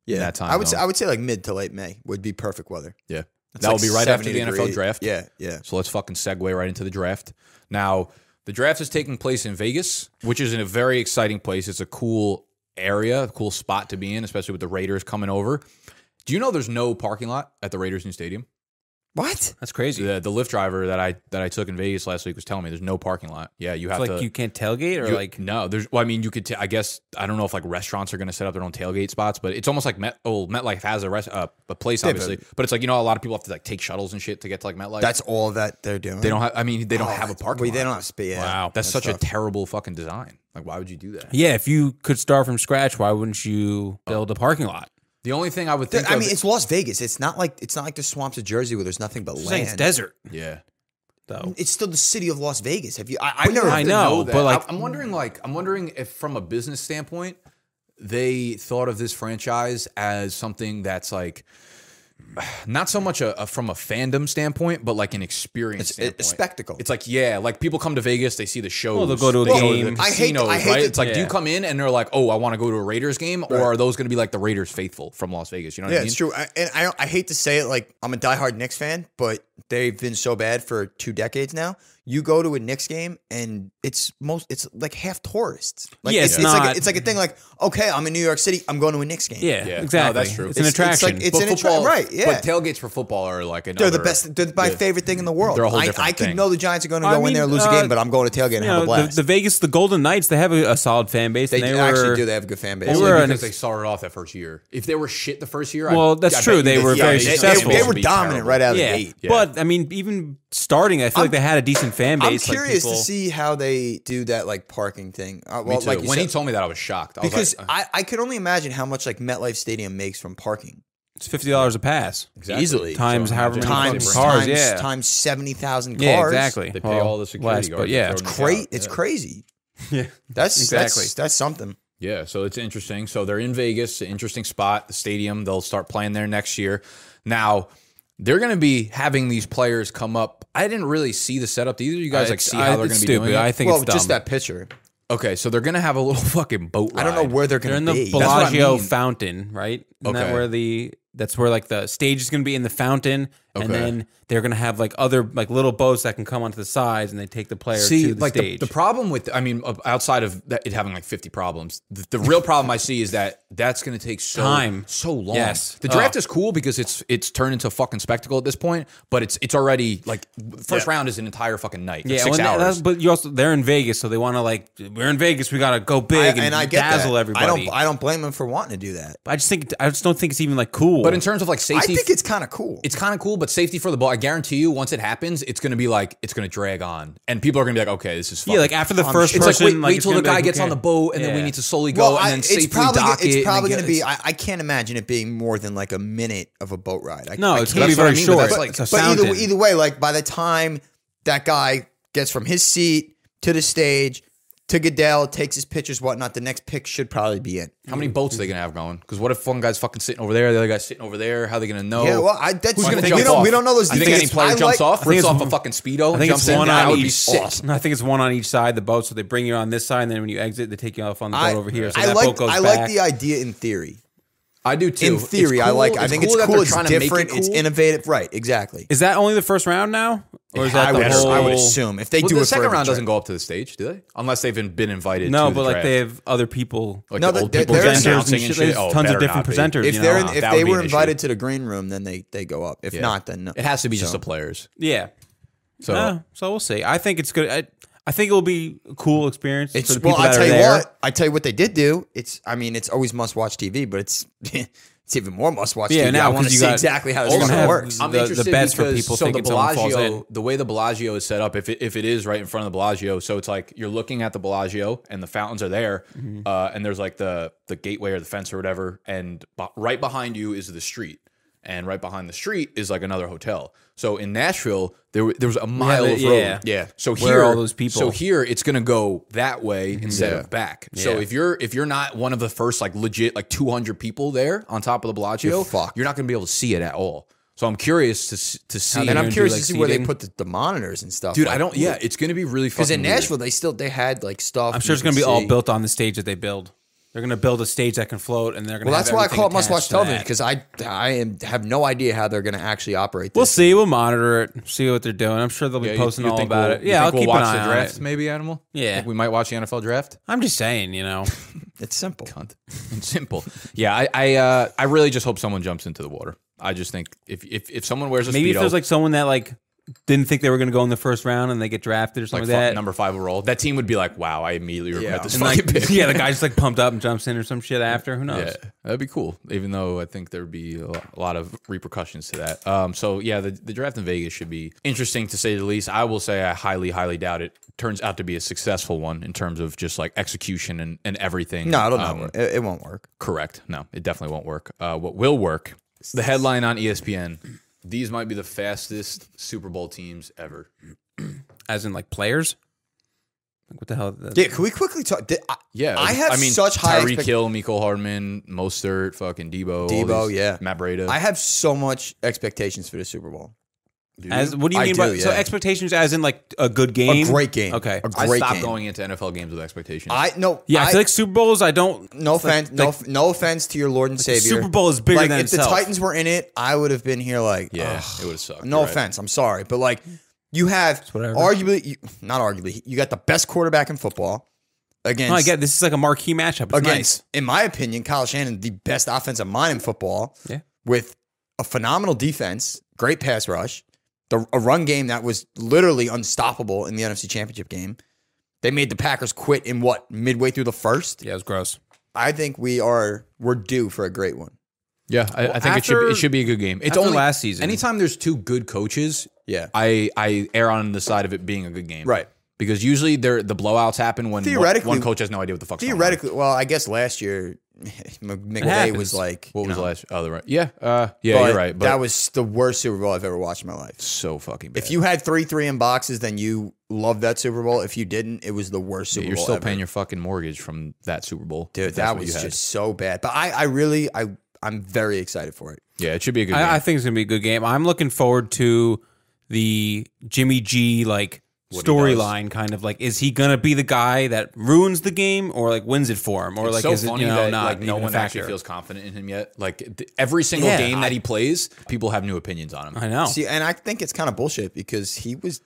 [SPEAKER 7] yeah.
[SPEAKER 1] that time
[SPEAKER 7] I would say
[SPEAKER 1] zone.
[SPEAKER 7] I would say like mid to late May would be perfect weather.
[SPEAKER 1] Yeah.
[SPEAKER 7] It's
[SPEAKER 1] that
[SPEAKER 7] like
[SPEAKER 1] will be right after
[SPEAKER 7] 70
[SPEAKER 1] the NFL
[SPEAKER 7] degree.
[SPEAKER 1] draft.
[SPEAKER 7] Yeah, yeah.
[SPEAKER 1] So let's fucking segue right into the draft. Now, the draft is taking place in Vegas, which is in a very exciting place. It's a cool area, a cool spot to be in, especially with the Raiders coming over. Do you know there's no parking lot at the Raiders new stadium?
[SPEAKER 7] What?
[SPEAKER 1] That's crazy. The, the Lyft driver that I that I took in Vegas last week was telling me there's no parking lot. Yeah, you
[SPEAKER 9] It's
[SPEAKER 1] have
[SPEAKER 9] like
[SPEAKER 1] to
[SPEAKER 9] you can't tailgate or
[SPEAKER 1] you-
[SPEAKER 9] like
[SPEAKER 1] no, there's. Well, I mean, you could. T- I guess I don't know if like restaurants are going to set up their own tailgate spots, but it's almost like Met. Oh, MetLife has a rest uh, a place
[SPEAKER 7] Yeah, but-
[SPEAKER 1] obviously, but it's like you know a lot of people have to like take shuttles and shit to get to like MetLife.
[SPEAKER 7] That's all that they're doing.
[SPEAKER 1] they don't have. I mean, they don't
[SPEAKER 7] Oh,
[SPEAKER 1] have a
[SPEAKER 7] that's-
[SPEAKER 1] parking.
[SPEAKER 7] well, They
[SPEAKER 1] lot.
[SPEAKER 7] don't have space.
[SPEAKER 1] Wow, that's, such a terrible fucking design. Like, why would you do that?
[SPEAKER 9] Yeah, if you could start from scratch, why wouldn't you build a parking lot?
[SPEAKER 1] The only thing I would
[SPEAKER 7] There-
[SPEAKER 1] think.
[SPEAKER 7] I
[SPEAKER 1] of-
[SPEAKER 7] mean, it's Las Vegas. It's not like it's not like the swamps of Jersey where there's nothing but
[SPEAKER 9] It's
[SPEAKER 7] land.
[SPEAKER 9] like it's desert.
[SPEAKER 1] Yeah.
[SPEAKER 9] Though.
[SPEAKER 7] It's still the city of Las Vegas. Have you? I, I never.
[SPEAKER 1] I
[SPEAKER 7] heard-
[SPEAKER 1] know,
[SPEAKER 9] know that.
[SPEAKER 1] but like,
[SPEAKER 9] I-
[SPEAKER 1] I'm wondering, like, I'm wondering if from a business standpoint, they thought of this franchise as something that's like. Not so much a, a- from a fandom standpoint, but like an experience,
[SPEAKER 7] It's a- a
[SPEAKER 1] standpoint.
[SPEAKER 7] spectacle.
[SPEAKER 1] It's like yeah, like people come to Vegas, they see the shows,
[SPEAKER 9] they'll go to a
[SPEAKER 1] they
[SPEAKER 9] game.
[SPEAKER 1] the
[SPEAKER 7] I hate- I
[SPEAKER 1] casinos,
[SPEAKER 7] hate
[SPEAKER 1] right?
[SPEAKER 7] that-
[SPEAKER 1] it's like do you
[SPEAKER 7] Yeah.
[SPEAKER 1] come in and they're like, oh, I want to go to a Raiders game, or are those going to be like the Raiders faithful from Las Vegas? You know what
[SPEAKER 7] yeah,
[SPEAKER 1] I mean?
[SPEAKER 7] it's true. I, and I, I hate to say it, like I'm a diehard Knicks fan, but they've been so bad for two decades now. You go to a Knicks game, and it's most, it's like half tourists. Like,
[SPEAKER 9] Yeah, it's
[SPEAKER 7] like
[SPEAKER 9] not-
[SPEAKER 7] a, it's like a thing. Like, okay, I'm in New York City, I'm going to a Knicks game.
[SPEAKER 9] Yeah,
[SPEAKER 1] Yeah,
[SPEAKER 9] exactly.
[SPEAKER 1] No, that's true.
[SPEAKER 9] It's, an attraction.
[SPEAKER 7] like- it's
[SPEAKER 1] But
[SPEAKER 7] an attra-
[SPEAKER 1] football,
[SPEAKER 7] right, yeah.
[SPEAKER 1] But tailgates for football are like another,
[SPEAKER 7] They're the best. They're my
[SPEAKER 1] Yeah.
[SPEAKER 7] favorite thing in the world.
[SPEAKER 1] They're a whole
[SPEAKER 7] I,
[SPEAKER 1] different
[SPEAKER 7] I can
[SPEAKER 1] thing.
[SPEAKER 7] know the Giants are going to
[SPEAKER 9] I
[SPEAKER 7] go in
[SPEAKER 9] mean,
[SPEAKER 7] there and lose a
[SPEAKER 9] uh,
[SPEAKER 7] game, but I'm going to tailgate and
[SPEAKER 9] you
[SPEAKER 7] have
[SPEAKER 9] know,
[SPEAKER 7] a blast.
[SPEAKER 9] The, the Vegas, the Golden Knights, they have a, a solid fan base.
[SPEAKER 7] they
[SPEAKER 9] and they
[SPEAKER 7] actually
[SPEAKER 9] were,
[SPEAKER 7] do. They have a good fan base.
[SPEAKER 9] They
[SPEAKER 1] Only
[SPEAKER 9] were an
[SPEAKER 1] because
[SPEAKER 9] ex-
[SPEAKER 1] they started off that first year. If they were shit the first year,
[SPEAKER 9] Well,
[SPEAKER 1] I,
[SPEAKER 9] that's
[SPEAKER 1] I bet
[SPEAKER 9] true.
[SPEAKER 1] you
[SPEAKER 9] They
[SPEAKER 1] this
[SPEAKER 9] were
[SPEAKER 1] year
[SPEAKER 9] very
[SPEAKER 1] they- they-
[SPEAKER 9] successful.
[SPEAKER 1] They,
[SPEAKER 7] They were dominant right out of
[SPEAKER 9] yeah.
[SPEAKER 7] the gate.
[SPEAKER 1] Yeah.
[SPEAKER 9] But I mean, even starting, I feel like they had a decent fan
[SPEAKER 7] I'm
[SPEAKER 9] base. like,
[SPEAKER 7] curious to
[SPEAKER 9] people-
[SPEAKER 7] see how they do that like parking thing. Uh,
[SPEAKER 1] Me
[SPEAKER 7] well,
[SPEAKER 1] too.
[SPEAKER 7] like you
[SPEAKER 1] when
[SPEAKER 7] said,
[SPEAKER 1] he told me that, I was shocked. I was
[SPEAKER 7] because
[SPEAKER 1] like, uh,
[SPEAKER 7] I, I could only imagine how much like MetLife Stadium makes from parking
[SPEAKER 9] It's fifty dollars a pass
[SPEAKER 1] Exactly.
[SPEAKER 7] easily
[SPEAKER 9] times
[SPEAKER 1] So
[SPEAKER 9] however many
[SPEAKER 1] imagine-
[SPEAKER 9] fucking
[SPEAKER 7] times
[SPEAKER 9] cars.
[SPEAKER 7] times,
[SPEAKER 9] yeah,
[SPEAKER 7] times seventy thousand cars.
[SPEAKER 9] yeah, exactly.
[SPEAKER 1] they pay
[SPEAKER 9] Well,
[SPEAKER 1] all the security
[SPEAKER 9] less,
[SPEAKER 1] guards.
[SPEAKER 9] but
[SPEAKER 1] to
[SPEAKER 9] yeah,
[SPEAKER 1] throw
[SPEAKER 9] it's
[SPEAKER 1] them in the
[SPEAKER 7] Crazy.
[SPEAKER 1] crowd.
[SPEAKER 7] It's
[SPEAKER 1] Yeah.
[SPEAKER 7] crazy.
[SPEAKER 9] yeah.
[SPEAKER 7] That's
[SPEAKER 9] Exactly.
[SPEAKER 7] That's, that's something.
[SPEAKER 1] Yeah, so it's interesting. So they're in Vegas, an interesting spot, the stadium. They'll start playing there next year. Now, they're going to be having these players come up. I didn't really see the setup. Do either of you guys
[SPEAKER 9] Uh,
[SPEAKER 1] like
[SPEAKER 9] it's-
[SPEAKER 1] see
[SPEAKER 9] I-
[SPEAKER 1] how they're
[SPEAKER 9] it's
[SPEAKER 1] going to be doing
[SPEAKER 9] stupid.
[SPEAKER 1] it?
[SPEAKER 9] I think
[SPEAKER 7] well,
[SPEAKER 9] it's
[SPEAKER 7] just
[SPEAKER 9] dumb.
[SPEAKER 7] that picture.
[SPEAKER 1] okay, so they're going to have a little fucking boat
[SPEAKER 7] I don't know
[SPEAKER 1] ride.
[SPEAKER 7] where they're
[SPEAKER 9] They're
[SPEAKER 7] going
[SPEAKER 9] in
[SPEAKER 7] to
[SPEAKER 9] the
[SPEAKER 7] be. That's what I
[SPEAKER 9] Bellagio
[SPEAKER 7] mean.
[SPEAKER 9] fountain, right? Isn't
[SPEAKER 1] Okay.
[SPEAKER 9] that where the that's where like the stage is going to be in the fountain,
[SPEAKER 1] Okay.
[SPEAKER 9] and then they're going to have like other like little boats that can come onto the sides, and they take the player
[SPEAKER 1] See,
[SPEAKER 9] to the
[SPEAKER 1] like
[SPEAKER 9] stage.
[SPEAKER 1] The, the problem with, I mean, uh, outside of that, it having like fifty problems, the, the real problem I see is that that's going to take so,
[SPEAKER 9] Time.
[SPEAKER 1] so long.
[SPEAKER 9] Yes.
[SPEAKER 1] the draft
[SPEAKER 9] Oh.
[SPEAKER 1] is cool because it's it's turned into a fucking spectacle at this point, but it's it's already like first
[SPEAKER 9] Yeah.
[SPEAKER 1] round is an entire fucking night,
[SPEAKER 9] yeah,
[SPEAKER 1] yeah, six
[SPEAKER 9] when that-
[SPEAKER 1] hours.
[SPEAKER 9] that's- but you also they're in Vegas, so they want to like we're in Vegas, we got to go big
[SPEAKER 7] I-
[SPEAKER 9] and,
[SPEAKER 7] and I get
[SPEAKER 9] dazzle
[SPEAKER 7] that.
[SPEAKER 9] everybody.
[SPEAKER 7] I don't. I don't blame them for wanting to do that.
[SPEAKER 9] I just think I just don't think it's even like cool.
[SPEAKER 1] But in terms of like safety,
[SPEAKER 7] think it's kind of cool.
[SPEAKER 1] It's kind of cool, but safety for the ball. I guarantee you, once it happens, it's going to be like it's going to drag on, and people are going to be like, "Okay, this is
[SPEAKER 9] Yeah,
[SPEAKER 1] fucked.
[SPEAKER 9] like, after the
[SPEAKER 1] I'm
[SPEAKER 9] first
[SPEAKER 1] sure. it's
[SPEAKER 9] person,
[SPEAKER 1] like wait,
[SPEAKER 9] like,
[SPEAKER 1] wait
[SPEAKER 9] it's
[SPEAKER 1] till
[SPEAKER 9] gonna
[SPEAKER 1] the
[SPEAKER 9] be
[SPEAKER 1] guy
[SPEAKER 9] like,
[SPEAKER 1] gets
[SPEAKER 9] okay.
[SPEAKER 1] on the boat, and then we
[SPEAKER 9] Yeah.
[SPEAKER 1] need to slowly go,
[SPEAKER 7] Well,
[SPEAKER 1] and
[SPEAKER 7] I-
[SPEAKER 1] then
[SPEAKER 7] it's
[SPEAKER 1] safely
[SPEAKER 7] probably,
[SPEAKER 1] dock it.
[SPEAKER 7] It's
[SPEAKER 1] and then
[SPEAKER 7] probably
[SPEAKER 1] get-
[SPEAKER 7] going to be.
[SPEAKER 1] it's-
[SPEAKER 7] I, I can't imagine it being more than like a minute of a boat ride. I,
[SPEAKER 9] No,
[SPEAKER 7] I
[SPEAKER 9] it's
[SPEAKER 7] can't
[SPEAKER 9] gonna be very
[SPEAKER 7] imagine, but
[SPEAKER 9] short.
[SPEAKER 7] that's
[SPEAKER 9] But-
[SPEAKER 7] like-
[SPEAKER 9] so
[SPEAKER 7] but either,
[SPEAKER 9] sounded.
[SPEAKER 7] either way, like by the time that guy gets from his seat to the stage to Goodell, takes his pictures, whatnot, the next pick should probably be in.
[SPEAKER 1] How many boats are they going to have going? Because what if one guy's fucking sitting over there, the other guy's sitting over there? How are they going to know?
[SPEAKER 7] Yeah, well, I- that's-
[SPEAKER 1] Who's
[SPEAKER 7] I
[SPEAKER 1] going to
[SPEAKER 7] think
[SPEAKER 1] jump
[SPEAKER 7] we don't-
[SPEAKER 1] off?
[SPEAKER 7] we don't know those
[SPEAKER 1] I think
[SPEAKER 7] details.
[SPEAKER 1] any player
[SPEAKER 7] I
[SPEAKER 1] jumps
[SPEAKER 7] like-
[SPEAKER 1] off,
[SPEAKER 9] I think
[SPEAKER 1] rips
[SPEAKER 9] it's
[SPEAKER 1] off a
[SPEAKER 9] one-
[SPEAKER 1] fucking speedo,
[SPEAKER 9] I think
[SPEAKER 1] jumps
[SPEAKER 9] it's
[SPEAKER 1] in.
[SPEAKER 9] one
[SPEAKER 1] That
[SPEAKER 9] on
[SPEAKER 1] would be
[SPEAKER 9] each.
[SPEAKER 1] sick.
[SPEAKER 9] I think it's one on each side of the boat, so they bring you on this side, and then when you exit, they take you off on the boat over here. So
[SPEAKER 7] I
[SPEAKER 9] that
[SPEAKER 7] like,
[SPEAKER 9] boat goes
[SPEAKER 7] I
[SPEAKER 9] back.
[SPEAKER 7] like the idea in theory.
[SPEAKER 1] I do too.
[SPEAKER 7] In
[SPEAKER 1] It's
[SPEAKER 7] theory, I
[SPEAKER 1] cool-
[SPEAKER 7] like. I think it's
[SPEAKER 1] that
[SPEAKER 7] cool.
[SPEAKER 1] they're
[SPEAKER 7] It's
[SPEAKER 1] trying to make it
[SPEAKER 7] different. It's
[SPEAKER 1] cool.
[SPEAKER 7] innovative. Right. Exactly.
[SPEAKER 9] is that only the first round now, or is that
[SPEAKER 7] I
[SPEAKER 9] the
[SPEAKER 7] would-
[SPEAKER 9] whole?
[SPEAKER 7] I would assume if they
[SPEAKER 1] Well,
[SPEAKER 7] do
[SPEAKER 1] the
[SPEAKER 7] it
[SPEAKER 1] second
[SPEAKER 7] for
[SPEAKER 1] round
[SPEAKER 7] every
[SPEAKER 1] doesn't go up to the stage, do they? Unless they've been, been invited.
[SPEAKER 9] No,
[SPEAKER 1] to
[SPEAKER 9] but
[SPEAKER 1] the
[SPEAKER 9] like
[SPEAKER 1] draft.
[SPEAKER 9] they have other people,
[SPEAKER 1] Like No, the
[SPEAKER 7] they're-
[SPEAKER 1] old
[SPEAKER 7] they're-
[SPEAKER 1] people
[SPEAKER 7] they're
[SPEAKER 1] just
[SPEAKER 7] announcing
[SPEAKER 1] announcing
[SPEAKER 9] shit.
[SPEAKER 1] and shit.
[SPEAKER 9] There's
[SPEAKER 1] Oh,
[SPEAKER 9] tons of
[SPEAKER 1] better
[SPEAKER 9] different
[SPEAKER 1] not be.
[SPEAKER 9] presenters.
[SPEAKER 7] If
[SPEAKER 9] you
[SPEAKER 7] they're
[SPEAKER 9] know?
[SPEAKER 7] in, if
[SPEAKER 1] that
[SPEAKER 7] they
[SPEAKER 1] would be
[SPEAKER 7] were
[SPEAKER 1] an issue.
[SPEAKER 7] invited to the green room, then they they go up. If
[SPEAKER 1] Yeah.
[SPEAKER 7] not, then no.
[SPEAKER 1] It has to be just
[SPEAKER 7] So-
[SPEAKER 1] the players.
[SPEAKER 9] yeah,
[SPEAKER 1] So
[SPEAKER 9] No, so we'll see. I think it's good. I, I think it will be a cool experience
[SPEAKER 7] It's
[SPEAKER 9] for the people
[SPEAKER 7] well, I
[SPEAKER 9] that
[SPEAKER 7] tell
[SPEAKER 9] are
[SPEAKER 7] you
[SPEAKER 9] there.
[SPEAKER 7] what, I tell you what they did do. It's I mean, it's always must watch TV, but it's it's even more must watch
[SPEAKER 9] Yeah,
[SPEAKER 7] TV.
[SPEAKER 9] now
[SPEAKER 7] I want to
[SPEAKER 9] 'cause you
[SPEAKER 7] see
[SPEAKER 9] got-
[SPEAKER 7] exactly how this
[SPEAKER 9] Also
[SPEAKER 7] fucking
[SPEAKER 9] have
[SPEAKER 7] works.
[SPEAKER 9] the- the bets for people
[SPEAKER 1] so
[SPEAKER 9] thinking
[SPEAKER 1] the
[SPEAKER 9] someone falls
[SPEAKER 1] Bellagio, the way the Bellagio is set up, if it, if it is right in front of the Bellagio, so it's like you're looking at the Bellagio and the fountains are there,
[SPEAKER 9] Mm-hmm.
[SPEAKER 1] uh, and there's like the the gateway or the fence or whatever, and b- right behind you is the street, and right behind the street is like another hotel. So in Nashville, there wa- there was a mile
[SPEAKER 9] they-
[SPEAKER 1] of road.
[SPEAKER 9] yeah.
[SPEAKER 1] yeah. So
[SPEAKER 9] Where
[SPEAKER 1] here,
[SPEAKER 9] are all those people?
[SPEAKER 1] So here, it's gonna go that way instead
[SPEAKER 9] Yeah.
[SPEAKER 1] of back. So
[SPEAKER 9] Yeah.
[SPEAKER 1] if you're if you're not one of the first like legit like 200 people there on top of the Bellagio,
[SPEAKER 7] You're fucked.
[SPEAKER 1] you're not gonna be able to see it at all. So I'm curious to s- to see,
[SPEAKER 7] and I'm curious to see where they put the, the monitors and stuff.
[SPEAKER 1] Dude, I don't. Yeah, it's gonna be really
[SPEAKER 7] because
[SPEAKER 1] fucking
[SPEAKER 7] in Nashville they still they had like stuff.
[SPEAKER 9] I'm
[SPEAKER 7] you
[SPEAKER 9] sure it's going to
[SPEAKER 7] could
[SPEAKER 9] be all
[SPEAKER 7] see.
[SPEAKER 9] built on the stage that they build. They're going to build a stage that can float, and they're going to.
[SPEAKER 7] Well, that's why I call it must watch television
[SPEAKER 9] Because
[SPEAKER 7] because I I am have no idea how they're going to actually operate. This.
[SPEAKER 9] we'll see. We'll monitor it. See what they're doing. I'm sure they'll be
[SPEAKER 1] Yeah, you-
[SPEAKER 9] posting
[SPEAKER 1] you
[SPEAKER 9] all
[SPEAKER 1] think
[SPEAKER 9] about
[SPEAKER 1] we'll-
[SPEAKER 9] it.
[SPEAKER 1] you
[SPEAKER 9] Yeah,
[SPEAKER 1] think
[SPEAKER 9] I'll
[SPEAKER 1] we'll
[SPEAKER 9] keep
[SPEAKER 1] watch
[SPEAKER 9] an eye
[SPEAKER 1] the draft,
[SPEAKER 9] on it.
[SPEAKER 1] maybe animal.
[SPEAKER 9] Yeah.
[SPEAKER 1] Think we might watch the NFL draft.
[SPEAKER 9] I'm just saying, you know.
[SPEAKER 7] it's simple.
[SPEAKER 1] It's simple. yeah, I I, uh, I really just hope someone jumps into the water. I just think if if, if someone wears a
[SPEAKER 9] Maybe if
[SPEAKER 1] speedo,
[SPEAKER 9] there's like someone that like didn't think they were going to go in the first round and they get drafted or
[SPEAKER 1] like
[SPEAKER 9] something
[SPEAKER 1] fuck,
[SPEAKER 9] like that.
[SPEAKER 1] number five overall, that team would be like, wow, I immediately regret this
[SPEAKER 9] And, like,
[SPEAKER 1] fucking pick.
[SPEAKER 9] yeah, the guy just like pumped up and jumps in or some shit after. Who knows?
[SPEAKER 1] Yeah, that'd be cool. Even though I think there'd be a lo- a lot of repercussions to that. Um, so yeah, the, the draft in Vegas should be interesting to say the least. I will say I highly, highly doubt it turns out to be a successful one in terms of just like execution and, and everything.
[SPEAKER 7] No, it'll
[SPEAKER 1] Um,
[SPEAKER 7] not work. It, it won't work.
[SPEAKER 1] Correct. No, it definitely won't work. Uh, what will work? The headline on E ESPN: These might be the fastest Super Bowl teams ever.
[SPEAKER 9] As in like players. Like what the hell?
[SPEAKER 7] Yeah, can we quickly talk? Did, I,
[SPEAKER 1] Yeah,
[SPEAKER 7] I have
[SPEAKER 1] mean,
[SPEAKER 7] such high
[SPEAKER 1] Tyreek
[SPEAKER 7] expect-
[SPEAKER 1] Hill, Miko Hardman, Mostert, fucking Debo, all
[SPEAKER 7] Debo,
[SPEAKER 1] these-
[SPEAKER 7] yeah.
[SPEAKER 1] Matt Breda.
[SPEAKER 7] I have so much expectations for the Super Bowl.
[SPEAKER 9] As what do you
[SPEAKER 7] I
[SPEAKER 9] mean
[SPEAKER 7] do,
[SPEAKER 9] by so
[SPEAKER 7] yeah.
[SPEAKER 9] expectations? As in like a good game,
[SPEAKER 7] great game.
[SPEAKER 9] Okay,
[SPEAKER 7] A
[SPEAKER 1] I
[SPEAKER 7] great
[SPEAKER 1] stopped
[SPEAKER 7] game.
[SPEAKER 1] going into NFL games with expectations.
[SPEAKER 7] I no.
[SPEAKER 9] yeah. I, feel like Super Bowls. I don't.
[SPEAKER 7] No
[SPEAKER 9] it's like-
[SPEAKER 7] offense, no, f- no offense to your Lord and
[SPEAKER 9] the
[SPEAKER 7] Savior.
[SPEAKER 9] Super Bowl is bigger
[SPEAKER 7] like,
[SPEAKER 9] than
[SPEAKER 7] if
[SPEAKER 9] itself.
[SPEAKER 7] the Titans were in it, I would have been here like,
[SPEAKER 1] Yeah,
[SPEAKER 7] ugh.
[SPEAKER 1] it would have sucked.
[SPEAKER 7] no
[SPEAKER 1] You're right.
[SPEAKER 7] offense, I'm sorry, but like you have
[SPEAKER 9] whatever.
[SPEAKER 7] arguably, you, not arguably, you got the best quarterback in football against
[SPEAKER 9] No, I get this is like a marquee matchup. It's
[SPEAKER 7] against,
[SPEAKER 9] nice.
[SPEAKER 7] in my opinion, Kyle Shannon, the best offensive mind in football.
[SPEAKER 9] Yeah.
[SPEAKER 7] with a phenomenal defense, great pass rush, the, a run game that was literally unstoppable in the NFC Championship game. They made the Packers quit in what midway through the first.
[SPEAKER 9] Yeah, it was gross.
[SPEAKER 7] I think we are we're due for a great one.
[SPEAKER 1] Yeah, I, I think it should
[SPEAKER 9] after-
[SPEAKER 1] be, it should be a good game. It's
[SPEAKER 9] after
[SPEAKER 1] only
[SPEAKER 9] last season.
[SPEAKER 1] Anytime there's two good coaches,
[SPEAKER 7] Yeah.
[SPEAKER 1] I I err on the side of it being a good game,
[SPEAKER 7] Right.
[SPEAKER 1] Because usually there the blowouts happen when one-
[SPEAKER 7] Theoretically-
[SPEAKER 1] one coach has no idea what the fuck's going on.
[SPEAKER 7] Theoretically, well, I guess last year McVay
[SPEAKER 9] happens.
[SPEAKER 7] was like
[SPEAKER 1] What
[SPEAKER 7] you
[SPEAKER 1] was
[SPEAKER 7] know,
[SPEAKER 1] last? Oh, the right. Yeah, uh, yeah, you're
[SPEAKER 7] but
[SPEAKER 1] right. But
[SPEAKER 7] that was the worst Super Bowl I've ever watched in my life.
[SPEAKER 1] so fucking bad.
[SPEAKER 7] If you had three three in boxes, then you loved that Super Bowl. If you didn't, it was the worst Super
[SPEAKER 1] you're
[SPEAKER 7] Bowl
[SPEAKER 1] still
[SPEAKER 7] ever.
[SPEAKER 1] paying your fucking mortgage from that Super Bowl,
[SPEAKER 7] Dude,
[SPEAKER 1] if that's
[SPEAKER 7] that
[SPEAKER 1] what
[SPEAKER 7] was
[SPEAKER 1] you had.
[SPEAKER 7] just so bad. But I, I really, I, I'm very excited for it.
[SPEAKER 1] yeah. It should be a good game.
[SPEAKER 9] I, I think it's gonna be a good game. I'm looking forward to the Jimmy G like
[SPEAKER 1] he does.
[SPEAKER 9] storyline kind of like is he gonna be the guy that ruins the game or like wins it for him or
[SPEAKER 1] It's
[SPEAKER 9] like
[SPEAKER 1] so
[SPEAKER 9] is it
[SPEAKER 1] funny
[SPEAKER 9] you know
[SPEAKER 1] that
[SPEAKER 9] not
[SPEAKER 1] like no
[SPEAKER 9] even a
[SPEAKER 1] one actually
[SPEAKER 9] factor?
[SPEAKER 1] feels confident in him yet. Like th- every single
[SPEAKER 9] Yeah,
[SPEAKER 1] game
[SPEAKER 9] I-
[SPEAKER 1] that he plays, people have new opinions on him.
[SPEAKER 9] I know.
[SPEAKER 7] See, and I think it's kind of bullshit because he was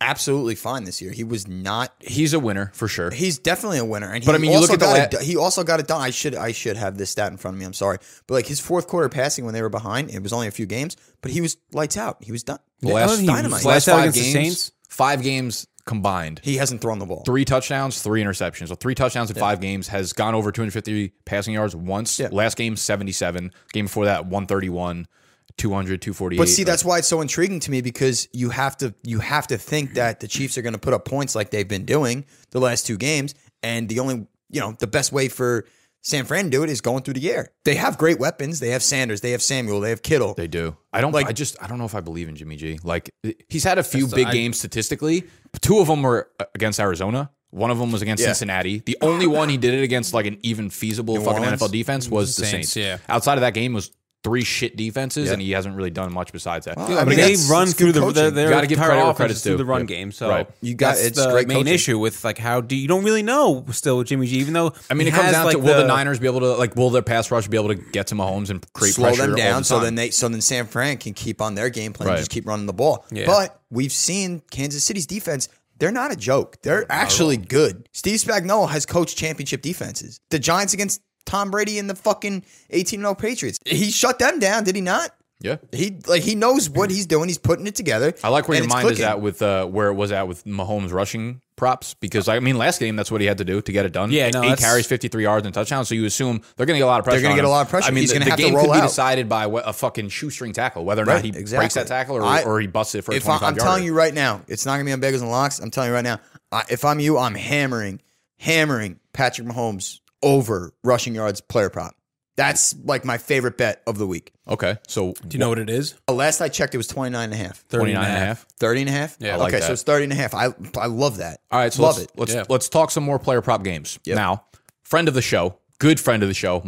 [SPEAKER 7] absolutely fine this year. He was not.
[SPEAKER 1] He's a winner for sure.
[SPEAKER 7] He's definitely a winner, and he
[SPEAKER 1] But, I mean, you
[SPEAKER 7] also
[SPEAKER 1] look at the
[SPEAKER 7] got
[SPEAKER 1] la-
[SPEAKER 7] it, do- he also got it done. I should I should have this stat in front of me. I'm sorry, but like his fourth quarter passing when they were behind, it was only a few games, but he was lights out. He was done.
[SPEAKER 1] The last,
[SPEAKER 9] he was
[SPEAKER 7] dynamite.
[SPEAKER 9] lights
[SPEAKER 1] last
[SPEAKER 9] out
[SPEAKER 1] five
[SPEAKER 9] against the
[SPEAKER 1] games,
[SPEAKER 9] Saints?
[SPEAKER 1] five games combined.
[SPEAKER 7] He hasn't thrown the ball.
[SPEAKER 1] Three touchdowns, three interceptions. So three touchdowns in five games has gone over 250 passing yards once. Last game 77. Game before that 131, 200, 248.
[SPEAKER 7] But see,
[SPEAKER 1] Like,
[SPEAKER 7] that's why it's so intriguing to me because you have to you have to think that the Chiefs are going to put up points like they've been doing the last two games, and the only you know the best way for San Fran to do it is going through the air. They have great weapons. They have Sanders. They have Samuel. They have Kittle. They
[SPEAKER 1] do. I don't. I just. I don't know if I believe in Jimmy G. Like he's had a few
[SPEAKER 7] That's-
[SPEAKER 1] big
[SPEAKER 7] I-
[SPEAKER 1] games statistically. Two of them were against Arizona. One of them was against
[SPEAKER 7] Yeah.
[SPEAKER 1] Cincinnati. The only one he did it against, like an even feasible
[SPEAKER 7] New
[SPEAKER 1] fucking
[SPEAKER 7] Orleans?
[SPEAKER 1] NFL defense, was the Saints.
[SPEAKER 9] Saints, yeah.
[SPEAKER 1] Outside of that game was three shit defenses,
[SPEAKER 9] Yeah.
[SPEAKER 1] and he hasn't really done much besides that.
[SPEAKER 9] Well, I mean, they run through the their, their
[SPEAKER 1] Gotta give
[SPEAKER 9] entire
[SPEAKER 1] credit where
[SPEAKER 9] offense
[SPEAKER 1] credit's
[SPEAKER 9] through
[SPEAKER 1] due.
[SPEAKER 9] the run
[SPEAKER 1] Yep.
[SPEAKER 9] game. So
[SPEAKER 1] Right.
[SPEAKER 9] you got that's
[SPEAKER 1] it's
[SPEAKER 9] the
[SPEAKER 1] great
[SPEAKER 9] main
[SPEAKER 1] coaching.
[SPEAKER 9] issue with like how do you don't really know still with Jimmy G, even though
[SPEAKER 1] I mean,
[SPEAKER 9] he
[SPEAKER 1] it comes
[SPEAKER 9] has,
[SPEAKER 1] down
[SPEAKER 9] like,
[SPEAKER 1] to will the, Niners be able to like will their pass rush be able to get to Mahomes and create
[SPEAKER 7] slow
[SPEAKER 1] pressure
[SPEAKER 7] them
[SPEAKER 1] all the
[SPEAKER 7] down so
[SPEAKER 1] time?
[SPEAKER 7] then they so then San Fran can keep on their game plan
[SPEAKER 1] Right.
[SPEAKER 7] and just keep running the ball.
[SPEAKER 1] Yeah.
[SPEAKER 7] But we've seen Kansas City's defense. They're not a joke. They're actually good. Steve Spagnuolo has coached championship defenses. The Giants against Tom Brady and the fucking 18-0 Patriots. He shut them down, did he not?
[SPEAKER 1] Yeah.
[SPEAKER 7] He like he knows what he's doing. He's putting it together.
[SPEAKER 1] I like where your
[SPEAKER 7] and it's
[SPEAKER 1] mind is
[SPEAKER 7] clicking.
[SPEAKER 1] at with uh, where it was at with Mahomes rushing props because I mean last game that's what he had to do to get it done.
[SPEAKER 9] Yeah,
[SPEAKER 1] Eight-
[SPEAKER 9] no,
[SPEAKER 1] eight
[SPEAKER 9] that's-
[SPEAKER 1] carries, fifty three yards and touchdown. So you assume they're going to get a lot of
[SPEAKER 7] They're
[SPEAKER 1] pressure.
[SPEAKER 7] gonna
[SPEAKER 1] on
[SPEAKER 7] get a
[SPEAKER 1] him.
[SPEAKER 7] lot of pressure.
[SPEAKER 1] I mean,
[SPEAKER 7] He's
[SPEAKER 1] the,
[SPEAKER 7] gonna
[SPEAKER 1] the
[SPEAKER 7] have to
[SPEAKER 1] game
[SPEAKER 7] roll
[SPEAKER 1] could be
[SPEAKER 7] out.
[SPEAKER 1] decided by what, a fucking shoestring tackle, whether or
[SPEAKER 7] Right,
[SPEAKER 1] not he breaks
[SPEAKER 7] exactly.
[SPEAKER 1] that tackle or,
[SPEAKER 7] I-
[SPEAKER 1] or he busts it for a
[SPEAKER 7] if I,
[SPEAKER 1] twenty
[SPEAKER 7] I'm
[SPEAKER 1] five
[SPEAKER 7] telling
[SPEAKER 1] yarder.
[SPEAKER 7] you right now, it's not gonna be on beggars and locks. I'm telling you right now, I, if I'm you, I'm hammering, hammering Patrick Mahomes over rushing yards player prop. That's like my favorite bet of the week.
[SPEAKER 1] Okay, so do
[SPEAKER 9] you know what it is?
[SPEAKER 7] Last I checked, it was 29 and a half.
[SPEAKER 1] 29 and a half.
[SPEAKER 7] 30 and a half?
[SPEAKER 1] Yeah, I
[SPEAKER 7] okay,
[SPEAKER 1] like
[SPEAKER 7] so
[SPEAKER 1] that.
[SPEAKER 7] it's 30 and a half. I, I love that.
[SPEAKER 1] All right, so
[SPEAKER 7] love
[SPEAKER 1] let's,
[SPEAKER 7] it.
[SPEAKER 1] Let's let's talk some more player prop games. Now, friend of the show, good friend of the show,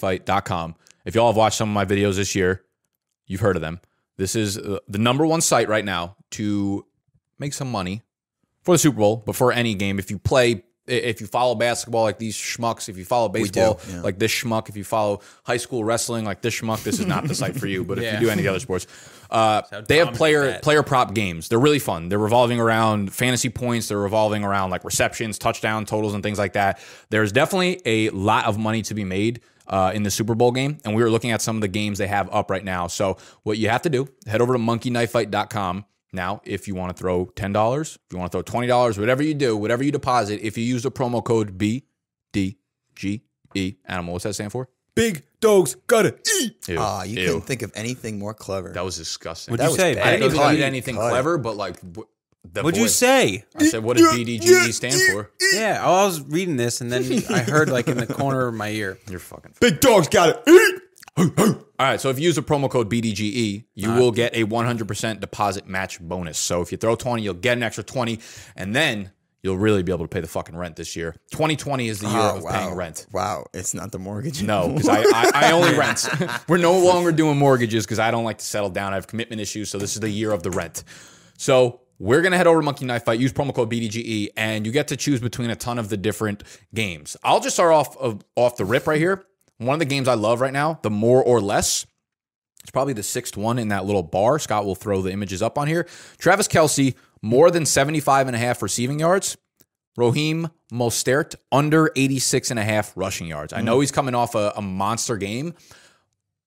[SPEAKER 1] monkeyknifefight.com. If y'all have watched some of my videos this year, you've heard of them. This is uh, the number one site right now to make some money for the Super Bowl, but for any game. If you play, i- if you follow basketball like these schmucks, if you follow
[SPEAKER 7] We do,
[SPEAKER 1] baseball
[SPEAKER 7] yeah.
[SPEAKER 1] like this schmuck, if you follow high school wrestling like this schmuck, this is not the site for you. But if
[SPEAKER 9] Yeah.
[SPEAKER 1] you do any other sports, uh, they have
[SPEAKER 9] dominant
[SPEAKER 1] player
[SPEAKER 9] that.
[SPEAKER 1] player prop games. They're really fun. They're revolving around fantasy points. They're revolving around like receptions, touchdown totals, and things like that. There's definitely a lot of money to be made. Uh, in the Super Bowl game, and we were looking at some of the games they have up right now. So, what you have to do, head over to monkeyknifefight.com. Now, if you want to throw $10, if you want to throw $20, whatever you do, whatever you deposit, if you use the promo code BDGE, E, animal, what's that stand for? Big dogs got it.
[SPEAKER 7] Ah, you couldn't think of anything more clever. That
[SPEAKER 1] was disgusting.
[SPEAKER 9] What'd you say?
[SPEAKER 1] I didn't even
[SPEAKER 9] Cut.
[SPEAKER 1] need anything
[SPEAKER 9] Cut.
[SPEAKER 1] clever, but like w- the
[SPEAKER 9] What'd you
[SPEAKER 1] voice.
[SPEAKER 9] say?
[SPEAKER 1] I said, "What does BDGE E stand for?"
[SPEAKER 9] Yeah, oh, I was reading this and then I heard like in the corner of my ear.
[SPEAKER 1] You're fucking.
[SPEAKER 7] Big dogs got it.
[SPEAKER 1] All right, so if you use the promo code BDGE, E, you
[SPEAKER 9] Uh-huh.
[SPEAKER 1] will get a 100% deposit match bonus. So if you throw 20, you'll get an extra 20, and then you'll really be able to pay the fucking rent this year. 2020 is the year
[SPEAKER 7] Oh,
[SPEAKER 1] of
[SPEAKER 7] wow.
[SPEAKER 1] paying rent.
[SPEAKER 7] Wow, it's not the mortgage.
[SPEAKER 1] No, because I, I, I only rent. We're no longer doing mortgages because I don't like to settle down. I have commitment issues, so this is the year of the rent. So we're gonna head over to Monkey Knife Fight. Use promo code BDGE, E, and you get to choose between a ton of the different games. I'll just start off of, off the rip right here. One of the games I love right now, the more or less. It's probably the sixth one in that little bar. Scott will throw the images up on here. Travis Kelsey, more than 75 and a half receiving yards. Raheem Mostert, under 86 and a half rushing yards. I know
[SPEAKER 9] Mm.
[SPEAKER 1] he's coming off a, a monster game,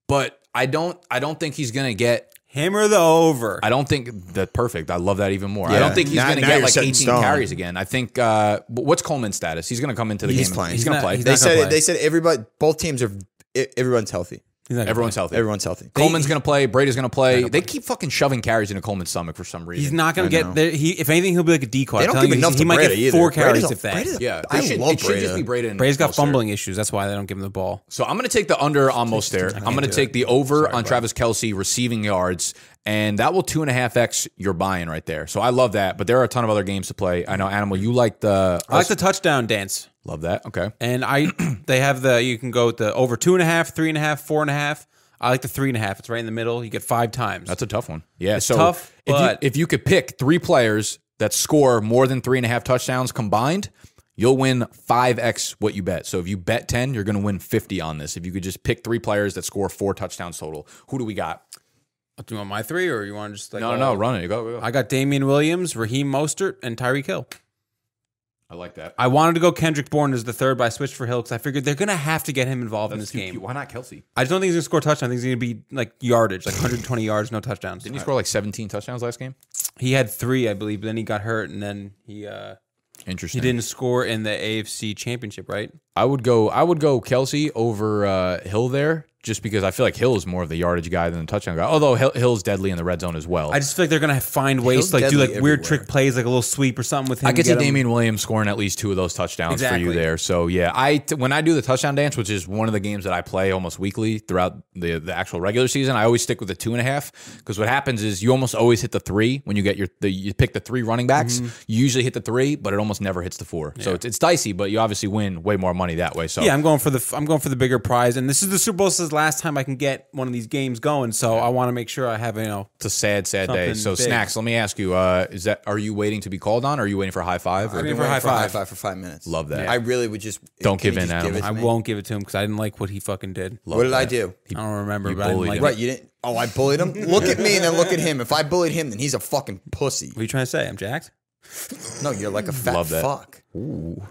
[SPEAKER 1] but I don't I don't think he's gonna get
[SPEAKER 9] hammer the over.
[SPEAKER 1] I don't think that perfect. I love that even more. I
[SPEAKER 9] Yeah.
[SPEAKER 1] don't think he's
[SPEAKER 9] Now-
[SPEAKER 1] gonna
[SPEAKER 9] now
[SPEAKER 1] get
[SPEAKER 9] you're
[SPEAKER 1] like
[SPEAKER 9] set in
[SPEAKER 1] 18
[SPEAKER 9] stone.
[SPEAKER 1] carries again. I think uh, wh- what's Coleman's status? He's gonna come into the game. and- He's gonna play.
[SPEAKER 7] they said they said everybody. Both teams are. e- Everyone's healthy.
[SPEAKER 9] gonna
[SPEAKER 1] Everyone's healthy.
[SPEAKER 7] Everyone's healthy.
[SPEAKER 1] Coleman's going to play. Brady's going to play. They keep fucking shoving carries into Coleman's stomach for some reason.
[SPEAKER 9] He's not going
[SPEAKER 1] I
[SPEAKER 9] to get
[SPEAKER 1] know.
[SPEAKER 9] there. He, if anything, he'll be like a decoy.
[SPEAKER 1] They
[SPEAKER 9] I'm
[SPEAKER 1] don't
[SPEAKER 9] telling
[SPEAKER 1] give
[SPEAKER 9] you,
[SPEAKER 1] enough
[SPEAKER 9] he,
[SPEAKER 1] to
[SPEAKER 9] might
[SPEAKER 1] Brady
[SPEAKER 9] get
[SPEAKER 1] either.
[SPEAKER 9] four carries
[SPEAKER 1] Brady's a-
[SPEAKER 9] if that.
[SPEAKER 1] Brady's a- Yeah, they I should- love it should just Brady. be Brady
[SPEAKER 7] Mm,
[SPEAKER 1] and
[SPEAKER 9] Brady's got
[SPEAKER 1] Mostert.
[SPEAKER 9] fumbling issues. That's why they don't give him the ball.
[SPEAKER 1] So I'm going to take the under on Mostert. I'm going to
[SPEAKER 9] do
[SPEAKER 1] take the over on Travis Kelsey receiving yards, and that will two and a half x your buy-in right there. So I love that. But there are a ton of other games to play. I know, Animal, you like the
[SPEAKER 9] I like the touchdown dance.
[SPEAKER 1] Love that. Okay.
[SPEAKER 9] And I, they have the you can go with the over two and a half, three and a half, four and a half. I like the three and a half. It's right in the middle. You get five times. That's
[SPEAKER 1] a tough one. Yeah,
[SPEAKER 9] it's
[SPEAKER 1] so
[SPEAKER 9] tough.
[SPEAKER 1] If
[SPEAKER 9] but
[SPEAKER 1] you, if you could pick three players that score more than three and a half touchdowns combined, you'll win five x what you bet. So if you bet ten, you're going to win fifty on this. If you could just pick three players that score four touchdowns total, who do we got?
[SPEAKER 9] do you want my three or you want to just like
[SPEAKER 1] No, no,
[SPEAKER 9] all-
[SPEAKER 1] no, run it. Go, go, go.
[SPEAKER 9] I got Damian Williams, Raheem Mostert, and Tyreek Hill.
[SPEAKER 1] I like that.
[SPEAKER 9] I wanted to go Kendrick Bourne as the third, but I switched for Hill because I figured they're gonna have to get him involved in
[SPEAKER 1] That's
[SPEAKER 9] this
[SPEAKER 1] too
[SPEAKER 9] game.
[SPEAKER 1] cute. Why not Kelsey?
[SPEAKER 9] I just don't think he's gonna score a touchdown. I think he's gonna be like yardage, like 120 yards, no touchdowns.
[SPEAKER 1] Didn't he score like 17 touchdowns last game?
[SPEAKER 9] He had three, I believe, but then he got hurt, and then he uh
[SPEAKER 1] Interesting.
[SPEAKER 9] He didn't score in the AFC Championship, right?
[SPEAKER 1] I would go. I would go Kelsey over uh, Hill there, just because I feel like Hill is more of the yardage guy than the touchdown guy. Although Hill, Hill's deadly in the red zone as well.
[SPEAKER 9] I just feel like they're gonna find ways
[SPEAKER 1] Hill's
[SPEAKER 9] to like do like
[SPEAKER 1] deadly
[SPEAKER 9] weird trick plays, like a little sweep or something with him.
[SPEAKER 1] I could
[SPEAKER 9] to
[SPEAKER 1] see
[SPEAKER 9] get him-
[SPEAKER 1] Damian Williams scoring at least two of those touchdowns for
[SPEAKER 9] Exactly.
[SPEAKER 1] you there. So yeah, I t- when I do the touchdown dance, which is one of the games that I play almost weekly throughout the the actual regular season, I always stick with the two and a half because what happens is you almost always hit the three when you get your the, you pick the three running backs.
[SPEAKER 9] Mhm.
[SPEAKER 1] You usually hit the three, but it almost never hits the four. So it's, it's dicey, but you obviously win way more money that way. So
[SPEAKER 9] Yeah, I'm going for the I'm going for the bigger prize, and this is the Super Bowl. This is the last time I can get one of these games going, so I want to make sure I have you know.
[SPEAKER 1] It's a sad, sad day. So snacks. Let me ask you: uh, Is that are you waiting to be called on? Or are you waiting for a high five?
[SPEAKER 7] I've
[SPEAKER 1] or-
[SPEAKER 7] been waiting for a high five for five minutes.
[SPEAKER 1] Love that.
[SPEAKER 7] I really would just
[SPEAKER 1] Don't
[SPEAKER 7] can
[SPEAKER 1] give
[SPEAKER 7] you
[SPEAKER 1] in,
[SPEAKER 7] just
[SPEAKER 1] Adam.
[SPEAKER 7] it to
[SPEAKER 9] I
[SPEAKER 7] me?
[SPEAKER 9] won't give it to him because I didn't like what he fucking did.
[SPEAKER 7] What did I do?
[SPEAKER 9] I don't remember.
[SPEAKER 1] You
[SPEAKER 9] but I didn't
[SPEAKER 1] bullied
[SPEAKER 9] like
[SPEAKER 1] him.
[SPEAKER 9] it.
[SPEAKER 7] Right, you didn't. Oh, I bullied him. Look at me and then look at him. If I bullied him, then he's a fucking pussy.
[SPEAKER 9] What are you trying to say? I'm jacked.
[SPEAKER 7] No, you're like a fat
[SPEAKER 1] Love that.
[SPEAKER 7] fuck.
[SPEAKER 1] Ooh,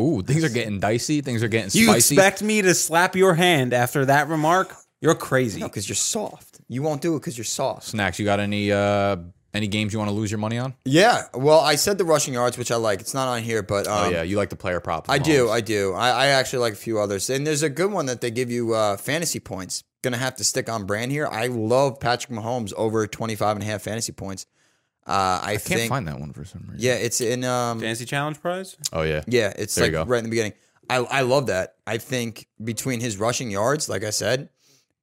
[SPEAKER 1] ooh, things are getting dicey. Things are getting
[SPEAKER 9] You
[SPEAKER 1] spicy.
[SPEAKER 9] expect me to slap your hand after that remark? You're crazy.
[SPEAKER 7] No, because you're soft. You won't do it because you're soft.
[SPEAKER 1] snacks. You got any uh, any games you want to lose your money on?
[SPEAKER 7] Yeah. Well, I said the rushing yards, which I like. It's not on here, but um,
[SPEAKER 1] oh yeah, you like the player props.
[SPEAKER 7] I do.
[SPEAKER 1] Mahomes.
[SPEAKER 7] I do. I, I actually like a few others. And there's a good one that they give you uh, fantasy points. Gonna have to stick on brand here. I love Patrick Mahomes over 25 and a half fantasy points. Uh, I,
[SPEAKER 1] I can't
[SPEAKER 7] think,
[SPEAKER 1] find that one for some reason.
[SPEAKER 7] Yeah, it's in um,
[SPEAKER 9] Fantasy challenge prize?
[SPEAKER 1] Oh yeah.
[SPEAKER 7] Yeah, it's
[SPEAKER 1] There
[SPEAKER 7] like
[SPEAKER 1] you go.
[SPEAKER 7] right in the beginning. I, I love that. I think between his rushing yards, like I said,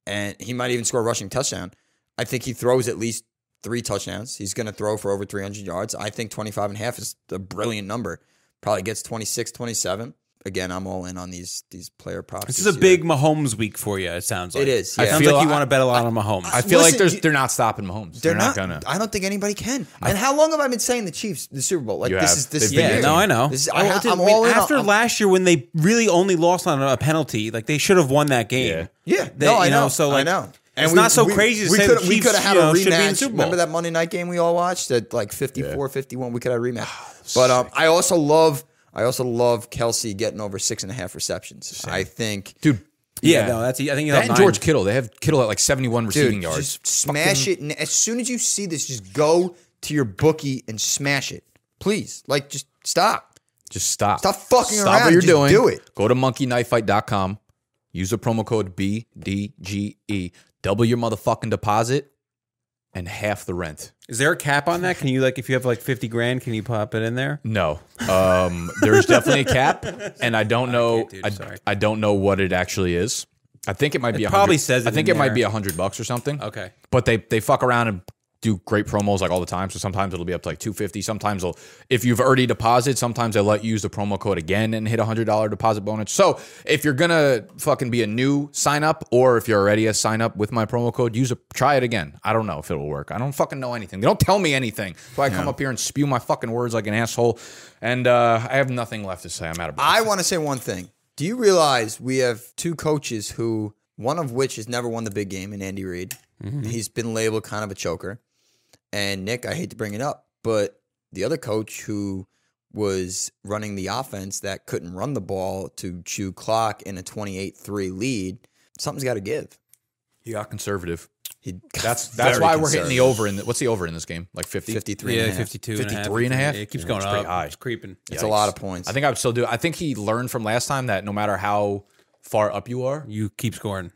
[SPEAKER 7] and he might even score a rushing touchdown. I think he throws at least three touchdowns. He's going to throw for over 300 yards. I think 25 and a half is a brilliant number. Probably gets 26, 27. Again, I'm all in on these these player props.
[SPEAKER 9] This is a
[SPEAKER 7] year.
[SPEAKER 9] big Mahomes week for you. It sounds like
[SPEAKER 7] It is,
[SPEAKER 9] It
[SPEAKER 7] yeah.
[SPEAKER 9] sounds
[SPEAKER 7] I feel-
[SPEAKER 9] like you want to bet a lot on Mahomes.
[SPEAKER 1] I feel like
[SPEAKER 7] Listen,
[SPEAKER 1] there's
[SPEAKER 7] you-
[SPEAKER 1] they're not stopping Mahomes. They're, not, gonna.
[SPEAKER 7] I don't think anybody can. And how long have I been saying the Chiefs, the Super Bowl? Like
[SPEAKER 1] You
[SPEAKER 7] this
[SPEAKER 1] have.
[SPEAKER 7] is this. is
[SPEAKER 1] They've been Yeah,
[SPEAKER 7] the year.
[SPEAKER 9] no, I know.
[SPEAKER 7] This is,
[SPEAKER 9] I,
[SPEAKER 7] I,
[SPEAKER 9] have to
[SPEAKER 7] am
[SPEAKER 9] admit,
[SPEAKER 7] all in.
[SPEAKER 9] after
[SPEAKER 7] on-
[SPEAKER 9] last year when they really only lost on a penalty, like they should have won that game. Yeah,
[SPEAKER 7] Yeah, no, I know.
[SPEAKER 9] So like,
[SPEAKER 7] I know.
[SPEAKER 9] it's
[SPEAKER 7] we-
[SPEAKER 9] not so
[SPEAKER 7] we-
[SPEAKER 9] crazy to
[SPEAKER 7] we
[SPEAKER 9] say
[SPEAKER 7] coulda-
[SPEAKER 9] the
[SPEAKER 7] we
[SPEAKER 9] Chiefs,
[SPEAKER 7] could have had
[SPEAKER 9] you
[SPEAKER 7] a
[SPEAKER 9] know, should be in the
[SPEAKER 7] rematch.
[SPEAKER 9] Super Bowl.
[SPEAKER 7] Remember that Monday night game we all watched that like 54 51? We could have a rematch. But um, I also love I also love Kelsey getting over six and a half receptions. I think
[SPEAKER 1] dude.
[SPEAKER 9] Yeah, no, that's I think he's
[SPEAKER 1] that
[SPEAKER 9] on
[SPEAKER 1] and
[SPEAKER 9] nine.
[SPEAKER 1] George Kittle. They have Kittle at like 71 receiving
[SPEAKER 7] dude,
[SPEAKER 1] yards.
[SPEAKER 7] just smash it. And as soon as you see this, just go to your bookie and smash it. Please. Like just stop.
[SPEAKER 1] Just stop.
[SPEAKER 7] Stop fucking
[SPEAKER 1] Stop
[SPEAKER 7] around.
[SPEAKER 1] what you're
[SPEAKER 7] Just
[SPEAKER 1] doing.
[SPEAKER 7] do it.
[SPEAKER 1] Go to monkeyknifefight.com. Use the promo code
[SPEAKER 9] E,
[SPEAKER 1] BDGE. Double your motherfucking deposit and half the rent.
[SPEAKER 9] Is there a cap on that? Can you like if you have like fifty grand, can you pop it in there?
[SPEAKER 1] No, um, there's definitely a cap, and I don't know. I, I don't know what it actually is. I think it might be
[SPEAKER 9] It
[SPEAKER 1] 100
[SPEAKER 9] probably says
[SPEAKER 1] I
[SPEAKER 9] it
[SPEAKER 1] think
[SPEAKER 9] in
[SPEAKER 1] it might
[SPEAKER 9] there.
[SPEAKER 1] be a hundred bucks or something.
[SPEAKER 9] Okay.
[SPEAKER 1] but they they fuck around and do great promos like all the time. So sometimes it'll be up to like two fifty. Sometimes they'll if you've already deposited, sometimes they'll let you use the promo code again and hit a hundred dollar deposit bonus. So if you're gonna fucking be a new sign up, or if you're already a sign up with my promo code, use a try it again. I don't know if it'll work. I don't fucking know anything. They don't tell me anything. So I come
[SPEAKER 7] Yeah.
[SPEAKER 1] up here and spew my fucking words like an asshole. And uh, I have nothing left to say. I'm out of breath.
[SPEAKER 7] I want to say one thing. Do you realize we have two coaches who, one of which has never won the big game in Andy Reid? He's been labeled kind of a choker. And Nick, I hate to bring it up, but the other coach who was running the offense that couldn't run the ball to chew clock in a 28 3 lead, something's got to give.
[SPEAKER 1] He got conservative.
[SPEAKER 7] He
[SPEAKER 1] that's that's
[SPEAKER 7] very
[SPEAKER 1] why we're hitting the
[SPEAKER 7] conservative.
[SPEAKER 1] over in the, what's the over in this game? Like 50?
[SPEAKER 7] 53
[SPEAKER 9] Yeah, 52 and a half.
[SPEAKER 1] 53 and a half?
[SPEAKER 9] Yeah, it keeps
[SPEAKER 1] Yeah,
[SPEAKER 9] going
[SPEAKER 1] it's pretty
[SPEAKER 9] up.
[SPEAKER 1] high.
[SPEAKER 9] It's creeping.
[SPEAKER 7] It's a lot of points.
[SPEAKER 1] I think I would still do. I think he learned from last time that no matter how far up you are,
[SPEAKER 9] you keep scoring.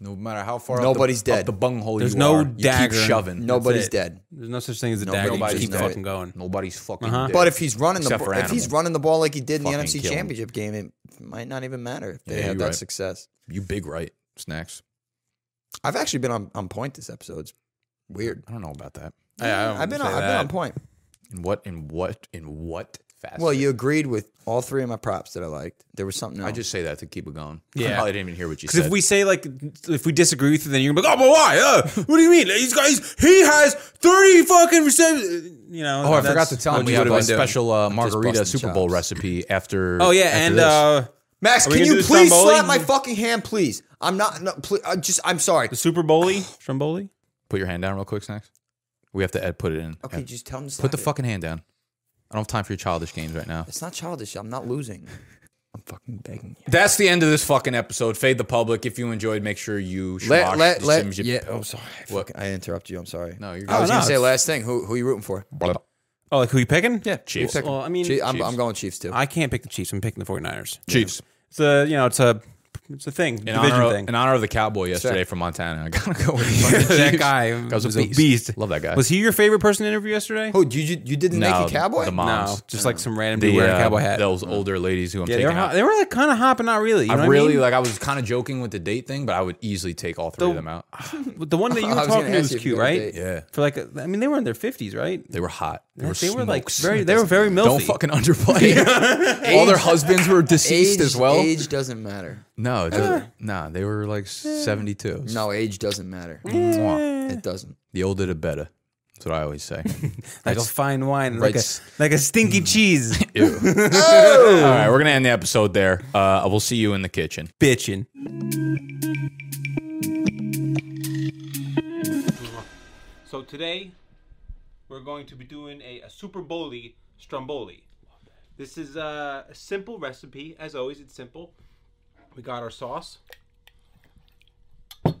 [SPEAKER 1] No matter how far
[SPEAKER 7] Nobody's
[SPEAKER 1] up the,
[SPEAKER 7] dead.
[SPEAKER 1] Up the bunghole
[SPEAKER 9] There's
[SPEAKER 1] you
[SPEAKER 9] no
[SPEAKER 1] are,
[SPEAKER 9] dagger.
[SPEAKER 1] you keep shoving.
[SPEAKER 7] Nobody's
[SPEAKER 9] That's it.
[SPEAKER 7] dead.
[SPEAKER 9] There's no such thing as a
[SPEAKER 1] Nobody
[SPEAKER 9] dagger. You
[SPEAKER 1] just
[SPEAKER 9] keep
[SPEAKER 1] know
[SPEAKER 9] fucking
[SPEAKER 1] it.
[SPEAKER 9] going.
[SPEAKER 1] Nobody's fucking
[SPEAKER 9] Uh-huh.
[SPEAKER 1] dead.
[SPEAKER 7] But if he's running the
[SPEAKER 1] Except for
[SPEAKER 7] ball, if he's
[SPEAKER 1] Animal.
[SPEAKER 7] running the ball like he did in the
[SPEAKER 1] Fucking
[SPEAKER 7] NFC
[SPEAKER 1] kill him.
[SPEAKER 7] Championship game, it might not even matter if they
[SPEAKER 1] Yeah,
[SPEAKER 7] have
[SPEAKER 1] you're
[SPEAKER 7] that
[SPEAKER 1] right.
[SPEAKER 7] success.
[SPEAKER 1] You big right. Snacks.
[SPEAKER 7] I've actually been on, on point this episode. It's weird.
[SPEAKER 1] I don't know about that.
[SPEAKER 7] Yeah, I've been on, I've been on point.
[SPEAKER 1] In what? In what? In what facet?
[SPEAKER 7] Well, you agreed with all three of my props that I liked. There was something else.
[SPEAKER 1] I just say that to keep it going. I
[SPEAKER 9] Yeah.
[SPEAKER 1] probably didn't even hear what you
[SPEAKER 9] Because
[SPEAKER 1] said.
[SPEAKER 9] if we say like if we disagree with you, then you're gonna be like, oh, but why? Uh, what do you mean? These guys, he has thirty fucking receptions. You know.
[SPEAKER 1] oh, I
[SPEAKER 9] that's
[SPEAKER 1] forgot to tell
[SPEAKER 9] what
[SPEAKER 1] him we
[SPEAKER 9] you
[SPEAKER 1] have
[SPEAKER 9] would've
[SPEAKER 1] a
[SPEAKER 9] been doing.
[SPEAKER 1] special uh,
[SPEAKER 7] just
[SPEAKER 1] margarita
[SPEAKER 7] busting
[SPEAKER 1] Super Bowl
[SPEAKER 7] chops.
[SPEAKER 1] recipe after.
[SPEAKER 9] Oh yeah,
[SPEAKER 1] after
[SPEAKER 9] and
[SPEAKER 1] this.
[SPEAKER 9] uh,
[SPEAKER 7] Max,
[SPEAKER 9] are we
[SPEAKER 7] can
[SPEAKER 9] gonna do
[SPEAKER 7] you
[SPEAKER 9] the
[SPEAKER 7] please
[SPEAKER 9] Stromboli?
[SPEAKER 7] slap my fucking hand, please? I'm not. No, please, I just. I'm sorry.
[SPEAKER 9] the Super Bowly Stromboli?
[SPEAKER 1] put your hand down real quick, snacks. We have to ed- put it in.
[SPEAKER 7] Okay,
[SPEAKER 1] Ed,
[SPEAKER 7] just tell him. To slap
[SPEAKER 1] put the
[SPEAKER 7] it.
[SPEAKER 1] fucking hand down. I don't have time for your childish games right now.
[SPEAKER 7] It's not childish. I'm not losing. I'm fucking begging you.
[SPEAKER 1] That's the end of this fucking episode. Fade the public. If you enjoyed, make sure you
[SPEAKER 7] Let,
[SPEAKER 1] schmosh
[SPEAKER 7] let,
[SPEAKER 1] the
[SPEAKER 7] let,
[SPEAKER 1] Sims you-
[SPEAKER 7] yeah. Oh, sorry. Fuck, I interrupted you. I'm sorry.
[SPEAKER 1] No, you're
[SPEAKER 7] I was
[SPEAKER 1] good.
[SPEAKER 7] gonna
[SPEAKER 1] Oh, no,
[SPEAKER 7] say
[SPEAKER 1] it's-
[SPEAKER 7] last thing. Who who you rooting for?
[SPEAKER 9] Oh, like who you picking?
[SPEAKER 7] Yeah,
[SPEAKER 9] Chiefs.
[SPEAKER 7] You're picking-
[SPEAKER 9] Well, I mean,
[SPEAKER 7] Chief- I'm, I'm going Chiefs too.
[SPEAKER 9] I can't pick the Chiefs. I'm picking the 49ers.
[SPEAKER 1] Chiefs.
[SPEAKER 9] It's a you know it's a it's a thing
[SPEAKER 1] in
[SPEAKER 9] division
[SPEAKER 1] honor, of-
[SPEAKER 9] thing.
[SPEAKER 1] in honor of the cowboy yesterday
[SPEAKER 9] Sure.
[SPEAKER 1] from Montana. I gotta go with the fucking
[SPEAKER 9] that
[SPEAKER 1] Chiefs.
[SPEAKER 9] guy
[SPEAKER 1] was, a, beast. Love that guy.
[SPEAKER 9] Was he your favorite person to interview yesterday?
[SPEAKER 7] Oh, you you, you did the
[SPEAKER 1] No,
[SPEAKER 7] naked cowboy?
[SPEAKER 1] The moms.
[SPEAKER 9] No, just like some random
[SPEAKER 1] The,
[SPEAKER 9] dude wearing a
[SPEAKER 1] uh,
[SPEAKER 9] cowboy hat.
[SPEAKER 1] Those older ladies who I'm
[SPEAKER 9] yeah, they
[SPEAKER 1] taking
[SPEAKER 9] were,
[SPEAKER 1] out.
[SPEAKER 9] hop- they were like kind of hopping out really. You know
[SPEAKER 1] I
[SPEAKER 9] what
[SPEAKER 1] really
[SPEAKER 9] mean?
[SPEAKER 1] like. I was kind of joking with the date thing, but I would easily take all three
[SPEAKER 9] The-
[SPEAKER 1] of them out.
[SPEAKER 9] the one that you
[SPEAKER 7] I
[SPEAKER 9] were
[SPEAKER 7] was gonna
[SPEAKER 9] talking to
[SPEAKER 7] ask
[SPEAKER 9] was
[SPEAKER 7] you if
[SPEAKER 9] cute,
[SPEAKER 7] you got a
[SPEAKER 9] right?
[SPEAKER 7] date.
[SPEAKER 1] Yeah.
[SPEAKER 9] For like, a, I mean, they were in their fifties, right?
[SPEAKER 1] They were hot. They,
[SPEAKER 9] They
[SPEAKER 1] were,
[SPEAKER 9] were, like
[SPEAKER 1] smokes.
[SPEAKER 9] very. They were very milky.
[SPEAKER 1] Don't fucking underplay. it. all their husbands were deceased
[SPEAKER 7] age,
[SPEAKER 1] as well.
[SPEAKER 7] Age doesn't matter.
[SPEAKER 9] Uh.
[SPEAKER 1] No, it doesn't- nah, they were like 72.
[SPEAKER 7] No, age doesn't matter.
[SPEAKER 1] Mwah.
[SPEAKER 7] It doesn't.
[SPEAKER 1] The older the better. That's what I always say.
[SPEAKER 9] like a
[SPEAKER 1] That's-
[SPEAKER 9] fine wine,
[SPEAKER 1] Right.
[SPEAKER 9] like a like a stinky cheese.
[SPEAKER 1] Ew. Oh! All right, we're gonna end the episode there. Uh, we'll see you in the kitchen,
[SPEAKER 9] bitching.
[SPEAKER 6] So today, we're going to be doing a, a Super Bowly Stromboli. This is uh, a simple recipe, as always. It's simple. We got our sauce.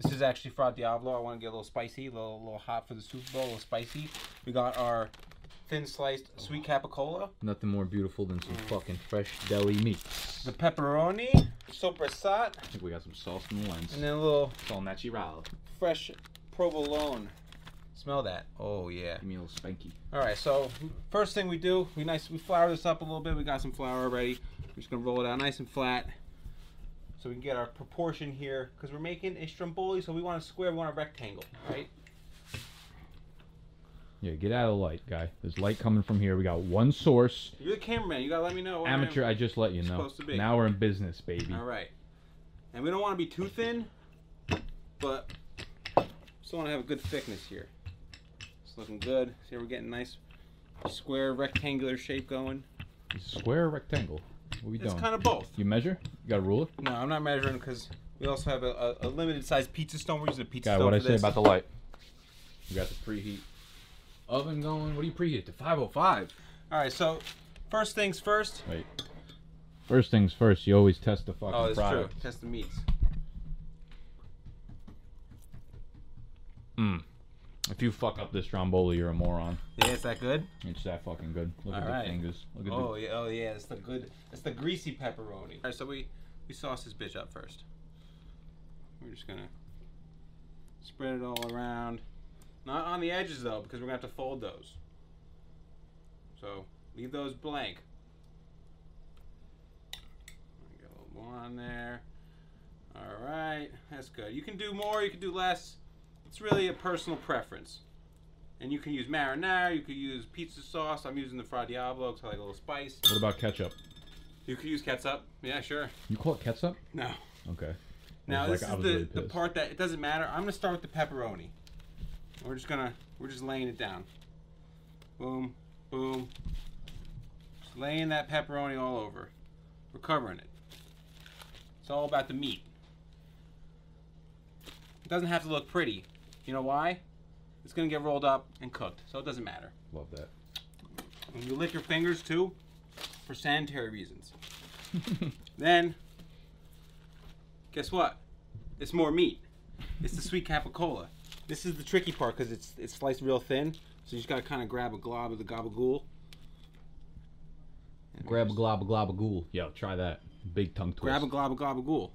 [SPEAKER 6] This is actually fra diavolo. I want to get a little spicy, a little, little hot for the Super Bowl, a little spicy. We got our thin sliced sweet capicola, Mm.
[SPEAKER 1] Nothing more beautiful than some fucking fresh deli meat.
[SPEAKER 6] the pepperoni, sopressat,
[SPEAKER 1] I think we got some sauce in the lens.
[SPEAKER 6] and then a little
[SPEAKER 1] It's all natural.
[SPEAKER 6] fresh provolone. Smell that. Oh yeah.
[SPEAKER 1] Give me a little spanky.
[SPEAKER 6] All right, so first thing we do, we nice, we flour this up a little bit. We got some flour already. We're just gonna roll it out nice and flat, so we can get our proportion here, because we're making a stromboli, so we want a square, we want a rectangle, right?
[SPEAKER 1] Yeah, get out of the light, guy. There's light coming from here. We got one source.
[SPEAKER 6] You're the cameraman. You gotta let me know. what I'm-
[SPEAKER 1] Amateur, I just let you know.
[SPEAKER 6] Supposed to be.
[SPEAKER 1] Now we're in business, baby.
[SPEAKER 6] All right, and we don't want to be too thin, but still want to have a good thickness here. It's looking good. See, we're getting nice square rectangular shape going.
[SPEAKER 1] Square or rectangle? What we
[SPEAKER 6] It's
[SPEAKER 1] doing?
[SPEAKER 6] kinda both.
[SPEAKER 1] You measure? You got a ruler?
[SPEAKER 6] No, I'm not measuring because we also have a, a, a limited size pizza stone. We're using a pizza
[SPEAKER 1] Guy,
[SPEAKER 6] stone.
[SPEAKER 1] what I
[SPEAKER 6] for
[SPEAKER 1] say
[SPEAKER 6] this.
[SPEAKER 1] about the light? We got the preheat oven going. What do you preheat to 505?
[SPEAKER 6] All right, so first things first.
[SPEAKER 1] Wait. First things first, you always test the fucking
[SPEAKER 6] Oh, that's true.
[SPEAKER 1] product.
[SPEAKER 6] Test the meats.
[SPEAKER 1] Mm. If you fuck up this stromboli, you're a moron.
[SPEAKER 6] Yeah, is that good?
[SPEAKER 1] It's that fucking good. Look at
[SPEAKER 6] All
[SPEAKER 1] the
[SPEAKER 6] right.
[SPEAKER 1] fingers. Look at
[SPEAKER 6] oh yeah, oh yeah, that's the good. That's the greasy pepperoni. All right, so we we sauce this bitch up first. We're just gonna spread it all around. Not on the edges though, because we're gonna have to fold those. So leave those blank. Get a little more on there. All right, that's good. You can do more, you can do less. It's really a personal preference. And you can use marinara, you could use pizza sauce. I'm using the Fra Diablo because I like a little spice.
[SPEAKER 1] the. What about ketchup?
[SPEAKER 6] You could use ketchup. Yeah, sure.
[SPEAKER 1] You call it ketchup?
[SPEAKER 6] No.
[SPEAKER 1] Okay.
[SPEAKER 6] Now
[SPEAKER 1] I was like-
[SPEAKER 6] this
[SPEAKER 1] I
[SPEAKER 6] is
[SPEAKER 1] was
[SPEAKER 6] the,
[SPEAKER 1] really
[SPEAKER 6] the
[SPEAKER 1] pissed.
[SPEAKER 6] part that it doesn't matter. I'm gonna start with the pepperoni. We're just gonna we're just laying it down. Boom, boom. Just laying that pepperoni all over. We're covering it. It's all about the meat. It doesn't have to look pretty. You know why? It's gonna get rolled up and cooked, so it doesn't matter.
[SPEAKER 1] Love that.
[SPEAKER 6] And you lick your fingers too, for sanitary reasons. then, guess what? It's more meat. It's the sweet capicola. This is the tricky part because it's it's sliced real thin, so you just gotta kind of grab a glob of the gabagool.
[SPEAKER 1] Grab a glob a glob a ghoul. Yo, try that. Big tongue twist.
[SPEAKER 6] Grab a glob of gabagool.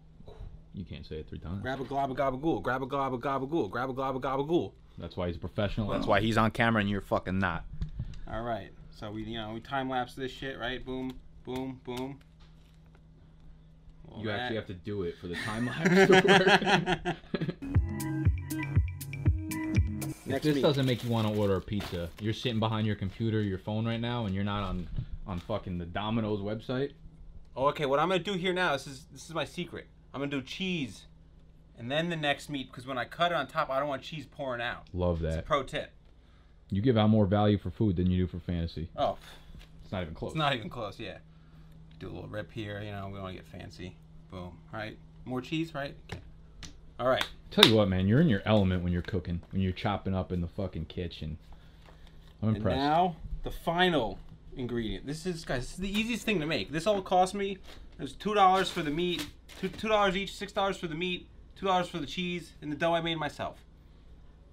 [SPEAKER 1] you can't say it three times.
[SPEAKER 6] Grab a glob of gabagool. Grab a glob of gabagool. Grab a glob of gabagool.
[SPEAKER 1] That's why he's a professional. That's why he's on camera and you're fucking not.
[SPEAKER 6] All right. So we you know we time lapse this shit right? Boom, boom, boom. All
[SPEAKER 1] You
[SPEAKER 6] right.
[SPEAKER 1] actually have to do it for the time lapse to work. if
[SPEAKER 6] Next
[SPEAKER 1] this
[SPEAKER 6] week.
[SPEAKER 1] doesn't make you want to order a pizza, you're sitting behind your computer, your phone right now, and you're not on on fucking the Domino's website.
[SPEAKER 6] Oh, okay. What I'm gonna do here now, this is this is my secret. I'm gonna do cheese, and then the next meat because when I cut it on top, I don't want cheese pouring out.
[SPEAKER 1] Love
[SPEAKER 6] It's a
[SPEAKER 1] that.
[SPEAKER 6] pro tip.
[SPEAKER 1] You give out more value for food than you do for fantasy.
[SPEAKER 6] Oh,
[SPEAKER 1] It's not even close.
[SPEAKER 6] it's not even close. Yeah. Do a little rip here. You know, we don't wanna get fancy. Boom. All right. More cheese, right? Okay. All right.
[SPEAKER 1] Tell you what, man, you're in your element when you're cooking, when you're chopping up in the fucking kitchen. I'm
[SPEAKER 6] And
[SPEAKER 1] impressed.
[SPEAKER 6] now the final ingredient. This is guys, this is the easiest thing to make. This all cost me. It was two dollars for the meat, two two dollars each, six dollars for the meat, two dollars for the cheese, and the dough I made myself.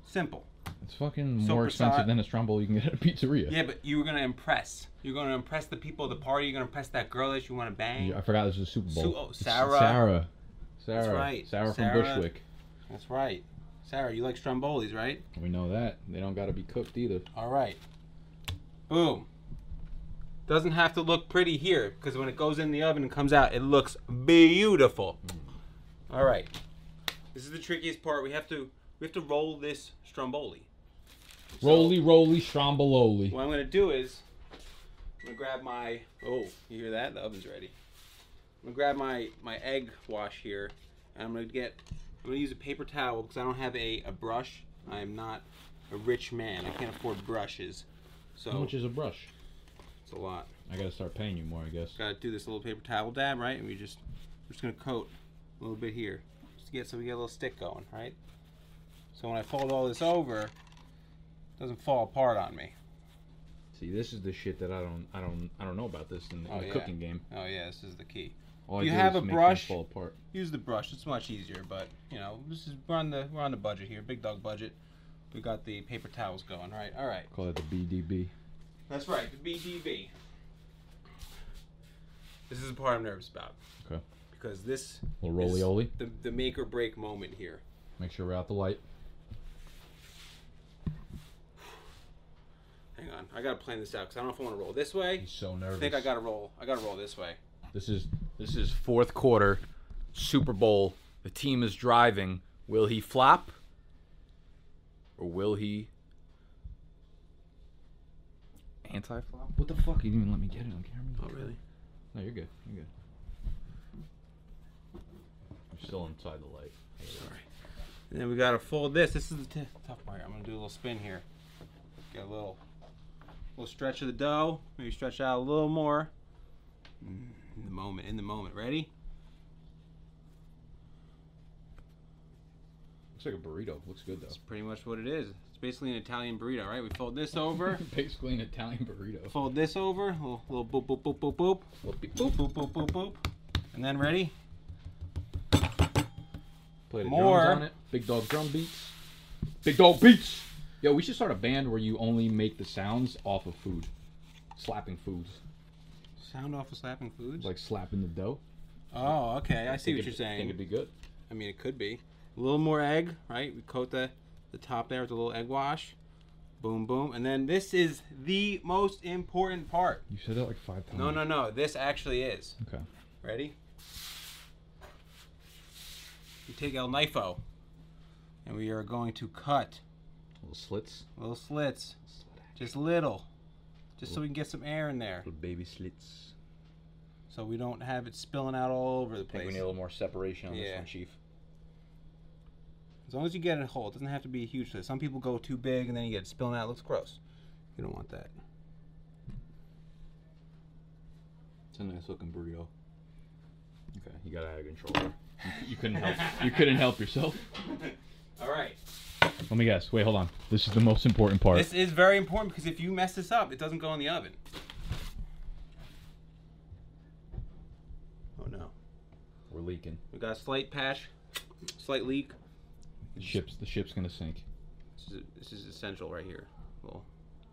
[SPEAKER 6] Simple.
[SPEAKER 1] It's fucking
[SPEAKER 6] So
[SPEAKER 1] more
[SPEAKER 6] precise.
[SPEAKER 1] expensive than a Stromboli you can get at a pizzeria.
[SPEAKER 6] Yeah, but you were gonna impress. You're gonna impress the people at the party. You're gonna impress that girl that you want to bang.
[SPEAKER 1] Yeah, I forgot this was a Super Bowl.
[SPEAKER 6] Su- oh,
[SPEAKER 1] It's
[SPEAKER 6] Sarah.
[SPEAKER 1] Sarah. Sarah.
[SPEAKER 6] That's right.
[SPEAKER 1] Sarah from Bushwick.
[SPEAKER 6] That's right. Sarah, you like Strombolis, right?
[SPEAKER 1] We know that. They don't got to be cooked either.
[SPEAKER 6] All right. Boom. Doesn't have to look pretty here because when it goes in the oven and comes out, it looks beautiful.
[SPEAKER 7] Mm.
[SPEAKER 6] All right. This is the trickiest part. We have to we have to roll this stromboli.
[SPEAKER 1] Roly, roly, strombololi.
[SPEAKER 6] What I'm gonna do is I'm gonna grab my oh, you hear that? The oven's ready. I'm gonna grab my my egg wash here, and I'm gonna get I'm gonna use a paper towel because I don't have a, a brush. I am not a rich man. I can't afford brushes. So
[SPEAKER 1] How much is a brush?
[SPEAKER 6] It's a lot.
[SPEAKER 1] I got to start paying you more, I guess.
[SPEAKER 6] Gotta do this little paper towel dab, right? And we just we're just gonna coat a little bit here, just to get so we get a little stick going, right? So when I fold all this over, it doesn't fall apart on me.
[SPEAKER 1] See, this is the shit that I don't, I don't, I don't know about this in the, in
[SPEAKER 6] Oh,
[SPEAKER 1] the
[SPEAKER 6] yeah.
[SPEAKER 1] cooking game.
[SPEAKER 6] Oh yeah, this is the key.
[SPEAKER 1] All I
[SPEAKER 6] if you
[SPEAKER 1] do
[SPEAKER 6] have
[SPEAKER 1] is
[SPEAKER 6] a
[SPEAKER 1] make them
[SPEAKER 6] brush,
[SPEAKER 1] fall apart.
[SPEAKER 6] use the brush. It's much easier, but you know this is we're on the we're on the budget here, big dog budget. We got the paper towels going, right? All right.
[SPEAKER 1] Call it the BDB.
[SPEAKER 6] That's right, the BDB. This is the part I'm nervous about.
[SPEAKER 1] Okay.
[SPEAKER 6] Because this
[SPEAKER 1] Little
[SPEAKER 6] is
[SPEAKER 1] roly-oly.
[SPEAKER 6] the, the make or break moment here.
[SPEAKER 1] Make sure we're out the light.
[SPEAKER 6] Hang on, I gotta plan this out because I don't know if I want to roll this way. He's
[SPEAKER 1] so nervous.
[SPEAKER 6] I think I gotta roll. I gotta roll this way.
[SPEAKER 13] This is this is fourth quarter, Super Bowl. The team is driving. Will he flop, or will he anti-flop?
[SPEAKER 1] What the fuck? You didn't even let me get it on camera.
[SPEAKER 13] Oh really?
[SPEAKER 1] No, you're good. You're good. I'm still inside the light.
[SPEAKER 6] Sorry. And then we gotta fold this. This is the t- tough part. I'm gonna do a little spin here. Get a little, little stretch of the dough. Maybe stretch out a little more. Mm, In the moment. In the moment. Ready?
[SPEAKER 1] Looks like a burrito. Looks good though. It's
[SPEAKER 6] pretty much what it is. It's basically an Italian burrito, right? We fold this over.
[SPEAKER 1] basically an Italian burrito.
[SPEAKER 6] Fold this over. Little, little boop boop boop boop boop. Boop boop boop boop boop. And then ready?
[SPEAKER 1] Play the
[SPEAKER 6] More.
[SPEAKER 1] drums on it. Big dog drum beats. Big dog beats. Yo, we should start a band where you only make the sounds off of food, slapping foods,
[SPEAKER 6] Sound off of slapping foods.
[SPEAKER 1] like slapping the dough.
[SPEAKER 6] Oh, okay. I
[SPEAKER 1] I
[SPEAKER 6] see
[SPEAKER 1] think
[SPEAKER 6] what
[SPEAKER 1] it-
[SPEAKER 6] you're saying.
[SPEAKER 1] think it'd be good.
[SPEAKER 6] I mean, it could be. A little more egg, right? We coat the, the top there with a little egg wash. Boom, boom. And then this is the most important part.
[SPEAKER 1] You said that like five times.
[SPEAKER 6] No, no, no. This actually is.
[SPEAKER 1] Okay.
[SPEAKER 6] Ready? We take El Knifo and we are going to cut
[SPEAKER 1] little slits.
[SPEAKER 6] Little slits. Just little. Just so we can get some air in there.
[SPEAKER 1] Little baby slits.
[SPEAKER 6] So we don't have it spilling out all over the place.
[SPEAKER 1] Think we need a little more separation on this
[SPEAKER 6] Yeah.
[SPEAKER 1] one, Chief.
[SPEAKER 6] As long as you get it whole, it doesn't have to be a huge slit. Some people go too big and then you get it spilling out. It looks gross. You don't want that.
[SPEAKER 1] It's a nice looking burrito. Okay, you got out of control. there. You, you couldn't help. You couldn't help yourself.
[SPEAKER 6] All right.
[SPEAKER 1] Let me guess. Wait, hold on. This is the most important part.
[SPEAKER 6] This is very important because if you mess this up, it doesn't go in the oven. Oh no.
[SPEAKER 1] We're leaking.
[SPEAKER 6] We got a slight patch, slight leak.
[SPEAKER 1] The ship's the ship's gonna sink.
[SPEAKER 6] This is, this is essential right here. Little,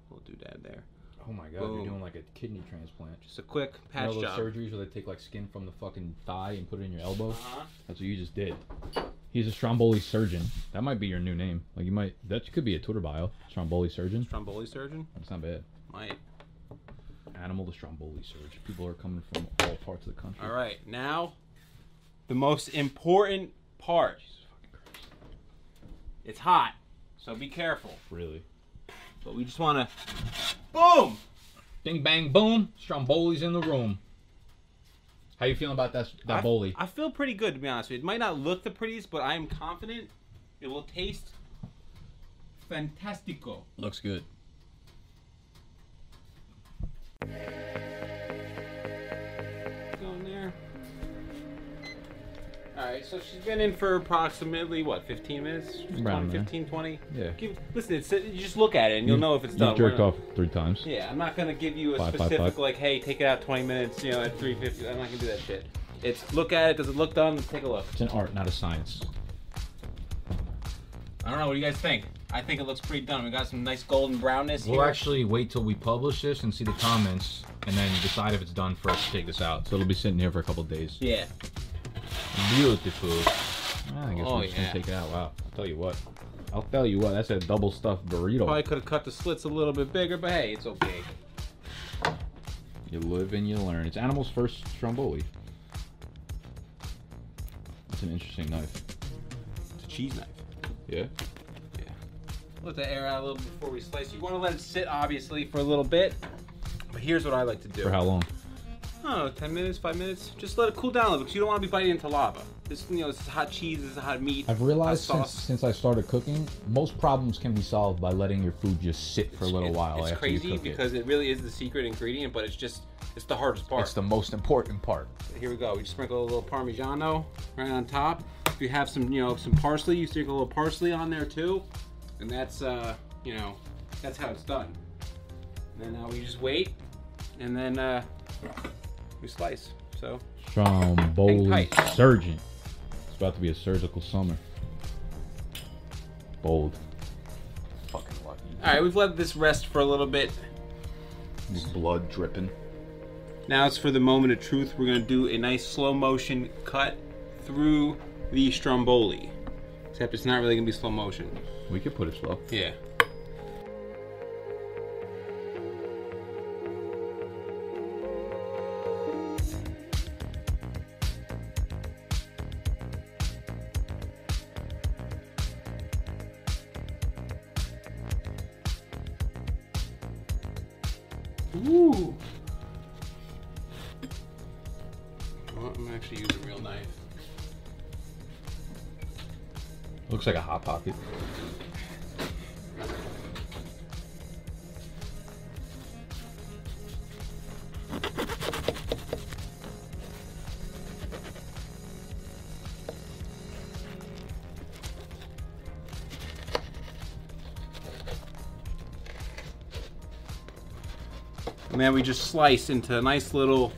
[SPEAKER 6] little doodad there.
[SPEAKER 1] Oh my god, you're
[SPEAKER 6] Boom.
[SPEAKER 1] doing like a kidney transplant.
[SPEAKER 6] Just a quick
[SPEAKER 1] you know
[SPEAKER 6] patch
[SPEAKER 1] those
[SPEAKER 6] job.
[SPEAKER 1] surgeries where they take like skin from the fucking thigh and put it in your elbow.
[SPEAKER 6] Uh-huh.
[SPEAKER 1] That's what you just did. He's a Stromboli surgeon. That might be your new name. Like you might that could be a Twitter bio. Stromboli surgeon.
[SPEAKER 6] Stromboli surgeon.
[SPEAKER 1] That's not bad.
[SPEAKER 6] Might.
[SPEAKER 1] Animal to Stromboli surgeon. People are coming from all parts of the country.
[SPEAKER 6] All right, now the most important part. It's hot, so be careful.
[SPEAKER 1] Really.
[SPEAKER 6] But we just want to. Boom.
[SPEAKER 1] Bing bang boom. Stromboli's in the room. How you feeling about that that
[SPEAKER 6] I-
[SPEAKER 1] boli?
[SPEAKER 6] I feel pretty good to be honest with you. It might not look the prettiest, but I am confident it will taste fantastico.
[SPEAKER 1] Looks good.
[SPEAKER 6] Go in there. All right, right, so she's been in for approximately what, 15 minutes? 20,
[SPEAKER 9] Around there.
[SPEAKER 6] 15, 20?
[SPEAKER 9] Yeah.
[SPEAKER 6] Give, listen, it's, you just look at it and you'll know if it's
[SPEAKER 9] you
[SPEAKER 6] done.
[SPEAKER 9] jerked
[SPEAKER 6] We're
[SPEAKER 9] off three times.
[SPEAKER 6] Yeah, I'm not gonna give you a
[SPEAKER 9] Five, five,
[SPEAKER 6] specific
[SPEAKER 9] five.
[SPEAKER 6] like, hey, take it out 20 minutes, you know, at 3:50. I'm not gonna do that shit. It's look at it. Does it look done? Take a look.
[SPEAKER 9] It's an art, not a science.
[SPEAKER 6] I don't know. What do you guys think? I think it looks pretty done. We got some nice golden brownness
[SPEAKER 9] We'll
[SPEAKER 6] here.
[SPEAKER 9] actually wait till we publish this and see the comments, and then decide if it's done for us to take this out. So it'll be sitting here for a couple days.
[SPEAKER 6] Yeah.
[SPEAKER 9] Beautiful. Ah, I guess
[SPEAKER 6] Oh,
[SPEAKER 9] we're just
[SPEAKER 6] yeah.
[SPEAKER 9] gonna take it out. Wow. I'll tell you what. I'll tell you what. That's a double stuffed burrito.
[SPEAKER 6] Probably could have cut the slits a little bit bigger, but hey, it's okay.
[SPEAKER 9] You live and you learn. It's animal's first stromboli. It's an interesting knife.
[SPEAKER 6] It's a cheese knife.
[SPEAKER 9] Yeah.
[SPEAKER 6] Let the air out a little before we slice. You want to let it sit, obviously, for a little bit. But here's what I like to do.
[SPEAKER 9] For how long?
[SPEAKER 6] I don't know, 10 minutes, 5 minutes. Just let it cool down a little because you don't want to be biting into lava. This, you know, this is hot cheese, this is hot meat.
[SPEAKER 9] I've realized
[SPEAKER 6] hot
[SPEAKER 9] since,
[SPEAKER 6] sauce.
[SPEAKER 9] since I started cooking, most problems can be solved by letting your food just sit for a little while
[SPEAKER 6] it's
[SPEAKER 9] after
[SPEAKER 6] crazy
[SPEAKER 9] you cook
[SPEAKER 6] because it. really is the secret ingredient, but it's just, it's the hardest
[SPEAKER 9] it.
[SPEAKER 6] part.
[SPEAKER 9] It's the most important part.
[SPEAKER 6] Here we go. We just sprinkle a little Parmigiano right on top. If you have some, you know, some parsley, you sprinkle a little parsley on there too. And that's, uh, you know, that's how it's done. And then uh, we just wait, and then uh, we slice. So
[SPEAKER 9] Stromboli
[SPEAKER 6] Hang
[SPEAKER 9] surgeon. It's about to be a surgical summer. Bold. Fucking lucky.
[SPEAKER 6] All right, we've let this rest for a little bit.
[SPEAKER 9] Blood dripping.
[SPEAKER 6] Now it's for the moment of truth. We're gonna do a nice slow motion cut through the Stromboli. Except it's not really gonna be slow motion.
[SPEAKER 9] We could put it slow.
[SPEAKER 6] Yeah. Ooh. Well, I'm gonna actually use a real knife.
[SPEAKER 9] Looks like a hot pocket.
[SPEAKER 6] And then we just slice into a nice little,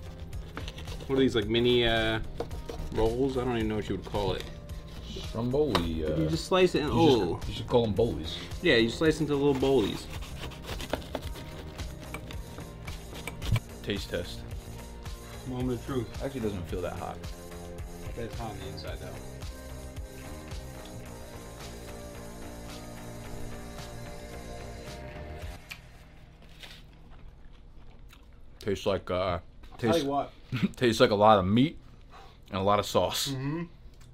[SPEAKER 6] what are these like mini uh, rolls? I don't even know what you would call it.
[SPEAKER 9] Stromboli. Uh,
[SPEAKER 6] You just slice it and
[SPEAKER 9] you just-
[SPEAKER 6] oh.
[SPEAKER 9] you should call them bolies.
[SPEAKER 6] Yeah, you slice into little bolies.
[SPEAKER 1] Taste test.
[SPEAKER 6] Moment of truth.
[SPEAKER 1] Actually, doesn't feel that hot.
[SPEAKER 6] That's hot on the inside though.
[SPEAKER 1] Tastes like uh.
[SPEAKER 6] tell
[SPEAKER 1] Tastes,
[SPEAKER 6] you what.
[SPEAKER 1] tastes like a lot of meat and a lot of sauce
[SPEAKER 6] Mm-hmm.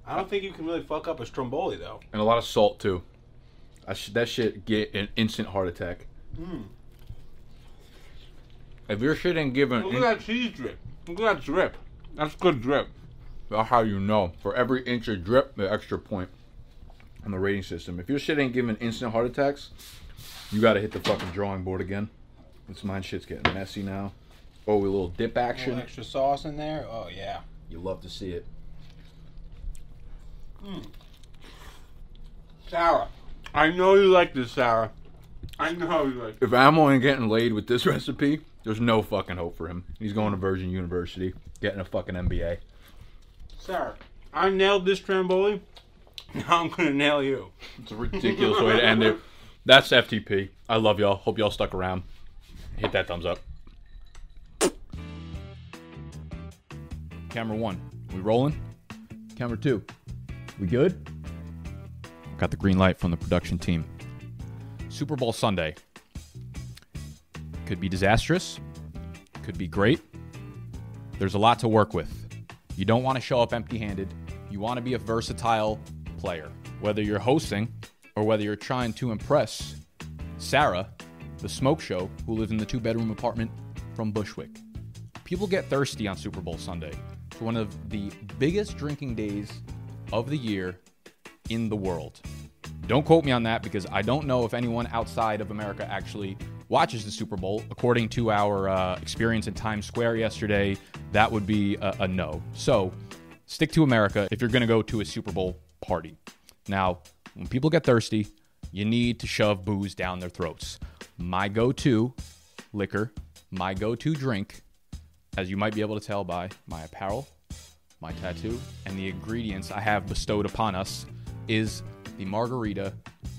[SPEAKER 6] I don't think you can really fuck up a stromboli though.
[SPEAKER 1] and a lot of salt too. I sh- that shit get an instant heart attack.
[SPEAKER 6] Mm.
[SPEAKER 1] If your shit ain't given,
[SPEAKER 6] Look at that cheese drip. Look at that drip.
[SPEAKER 1] that's good drip. That's how you know. For every inch of drip, the extra point on the rating system. If your shit ain't giving instant heart attacks, you gotta hit the fucking drawing board again. It's mine. Shit's getting messy now. Oh, a little dip action.
[SPEAKER 6] Little extra sauce in there. Oh yeah.
[SPEAKER 1] You love to see it.
[SPEAKER 6] Mm. Sarah, I know you like this, Sarah. I know you like.
[SPEAKER 1] If Ammo ain't getting laid with this recipe, there's no fucking hope for him. He's going to Virgin University, getting a fucking MBA.
[SPEAKER 6] Sarah, I nailed this stromboli. Now I'm gonna nail you.
[SPEAKER 1] It's a Ridiculous way to end it. That's FTP. I love y'all. Hope y'all stuck around. Hit that thumbs up. Camera one, we rolling. Camera two, we good? Got the green light from the production team. Super Bowl Sunday. Could be disastrous, could be great. There's a lot to work with. You don't want to show up empty handed. You want to be a versatile player. Whether you're hosting or whether you're trying to impress Sarah, the smoke show, who lives in the two bedroom apartment from Bushwick. People get thirsty on Super Bowl Sunday. It's one of the biggest drinking days of the year in the world. Don't quote me on that because I don't know if anyone outside of America actually watches the Super Bowl. According to our uh, experience in Times Square yesterday, that would be a, a no. So, Stick to America if you're going to go to a Super Bowl party. Now, when people get thirsty, you need to shove booze down their throats. My go to liquor, my go to drink, as you might be able to tell by my apparel, my tattoo, and the ingredients I have bestowed upon us, is the margarita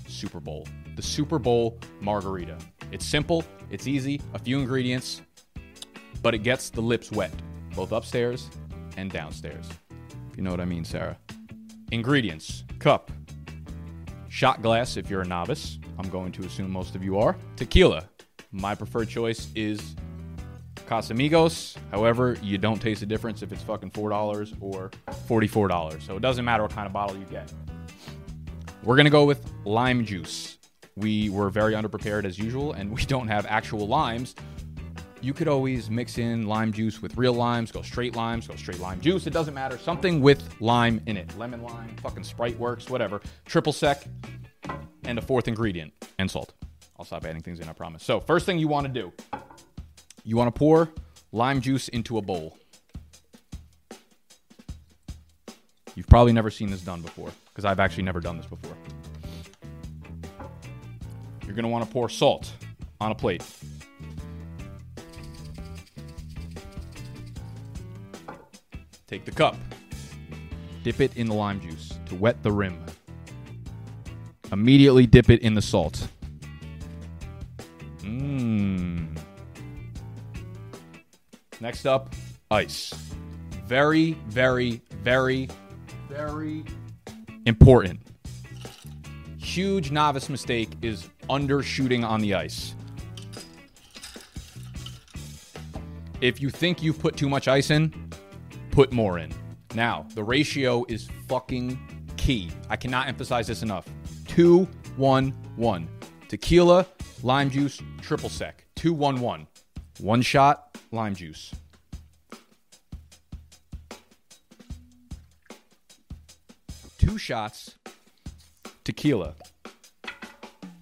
[SPEAKER 1] Super Bowl. The Super Bowl margarita. It's simple, it's easy, a few ingredients, but it gets the lips wet, both upstairs and downstairs. If you know what I mean, Sarah. Ingredients cup, shot glass if you're a novice. I'm going to assume most of you are. Tequila. My preferred choice is Casamigos. However, you don't taste the difference if it's fucking $4 or $44. So it doesn't matter what kind of bottle you get. We're going to go with lime juice. We were very underprepared as usual, and we don't have actual limes. You could always mix in lime juice with real limes, go straight limes, go straight lime juice. It doesn't matter. Something with lime in it. Lemon lime, fucking Sprite works, whatever. Triple sec, and a fourth ingredient, and salt. I'll stop adding things in, I promise. So, first thing you want to do, you want to pour lime juice into a bowl. You've probably never seen this done before because I've actually never done this before. You're going to want to pour salt on a plate. Take the cup, dip it in the lime juice to wet the rim. Immediately dip it in the salt. Mmm. Next up, ice. Very, very, very, very important. Huge novice mistake is undershooting on the ice. If you think you've put too much ice in, put more in. Now, the ratio is fucking key. I cannot emphasize this enough. Two, one, one. Tequila, lime juice, triple sec. Two, one, one. One shot, lime juice. two shots tequila.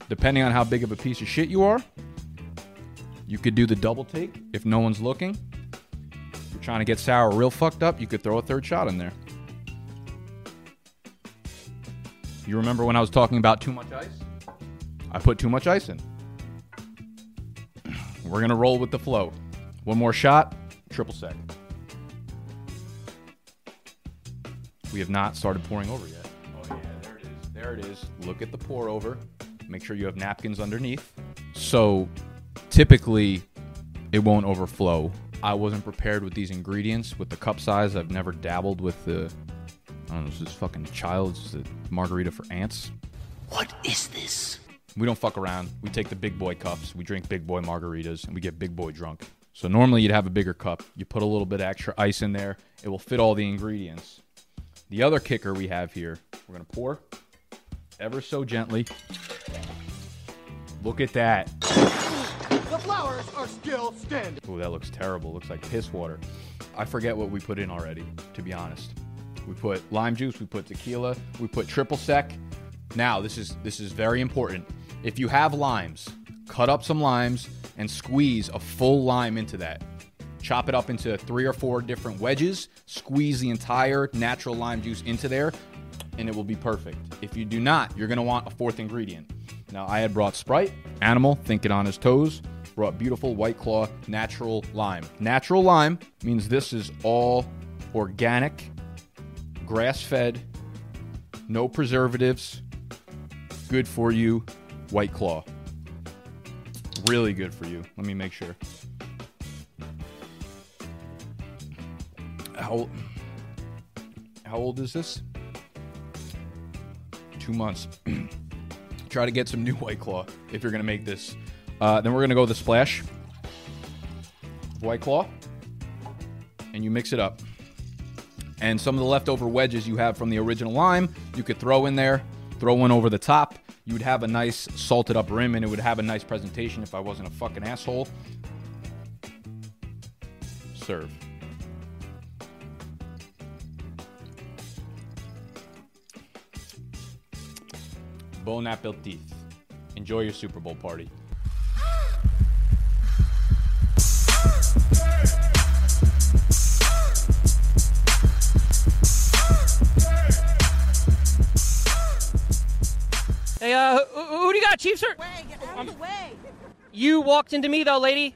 [SPEAKER 1] Depending on how big of a piece of shit you are, you could do the double take if no one's looking. If you're trying to get sour real fucked up, you could throw a third shot in there. You remember when I was talking about too much ice? I put too much ice in. We're going to roll with the flow. One more shot, triple sec. We have not started pouring over yet. Oh yeah, there it is. There it is. Look at the pour over. Make sure you have napkins underneath. So typically it won't overflow. I wasn't prepared with these ingredients with the cup size. I've never dabbled with the I don't know, is this fucking child's the margarita for ants?
[SPEAKER 14] What is this?
[SPEAKER 1] We don't fuck around. We take the big boy cups, we drink big boy margaritas, and we get big boy drunk. So normally you'd have a bigger cup. You put a little bit extra ice in there. It will fit all the ingredients. The other kicker we have here, we're going to pour ever so gently. Look at that.
[SPEAKER 15] The flowers are still standing.
[SPEAKER 1] Oh, that looks terrible. Looks like piss water. I forget what we put in already, to be honest. We put lime juice, we put tequila, we put triple sec. Now, this is this is very important. If you have limes, cut up some limes and squeeze a full lime into that. Chop it up into three or four different wedges, squeeze the entire natural lime juice into there, and it will be perfect. If you do not, you're gonna want a fourth ingredient. Now, I had brought Sprite, animal, think it on his toes, brought beautiful White Claw natural lime. Natural lime means this is all organic, grass fed, no preservatives, good for you, White Claw. Really good for you. Let me make sure. how how old is this? Two months. Try to get some new White Claw if you're gonna make this. Uh, then we're gonna go with a splash of White Claw, and you mix it up. And some of the leftover wedges you have from the original lime, you could throw in there. Throw one over the top. You would have a nice salted up rim, and it would have a nice presentation if I wasn't a fucking asshole. Serve. Bon appetit. Enjoy your Super Bowl party.
[SPEAKER 3] Hey, uh, who, who do you got, Chief, sir? You walked into me, though, lady.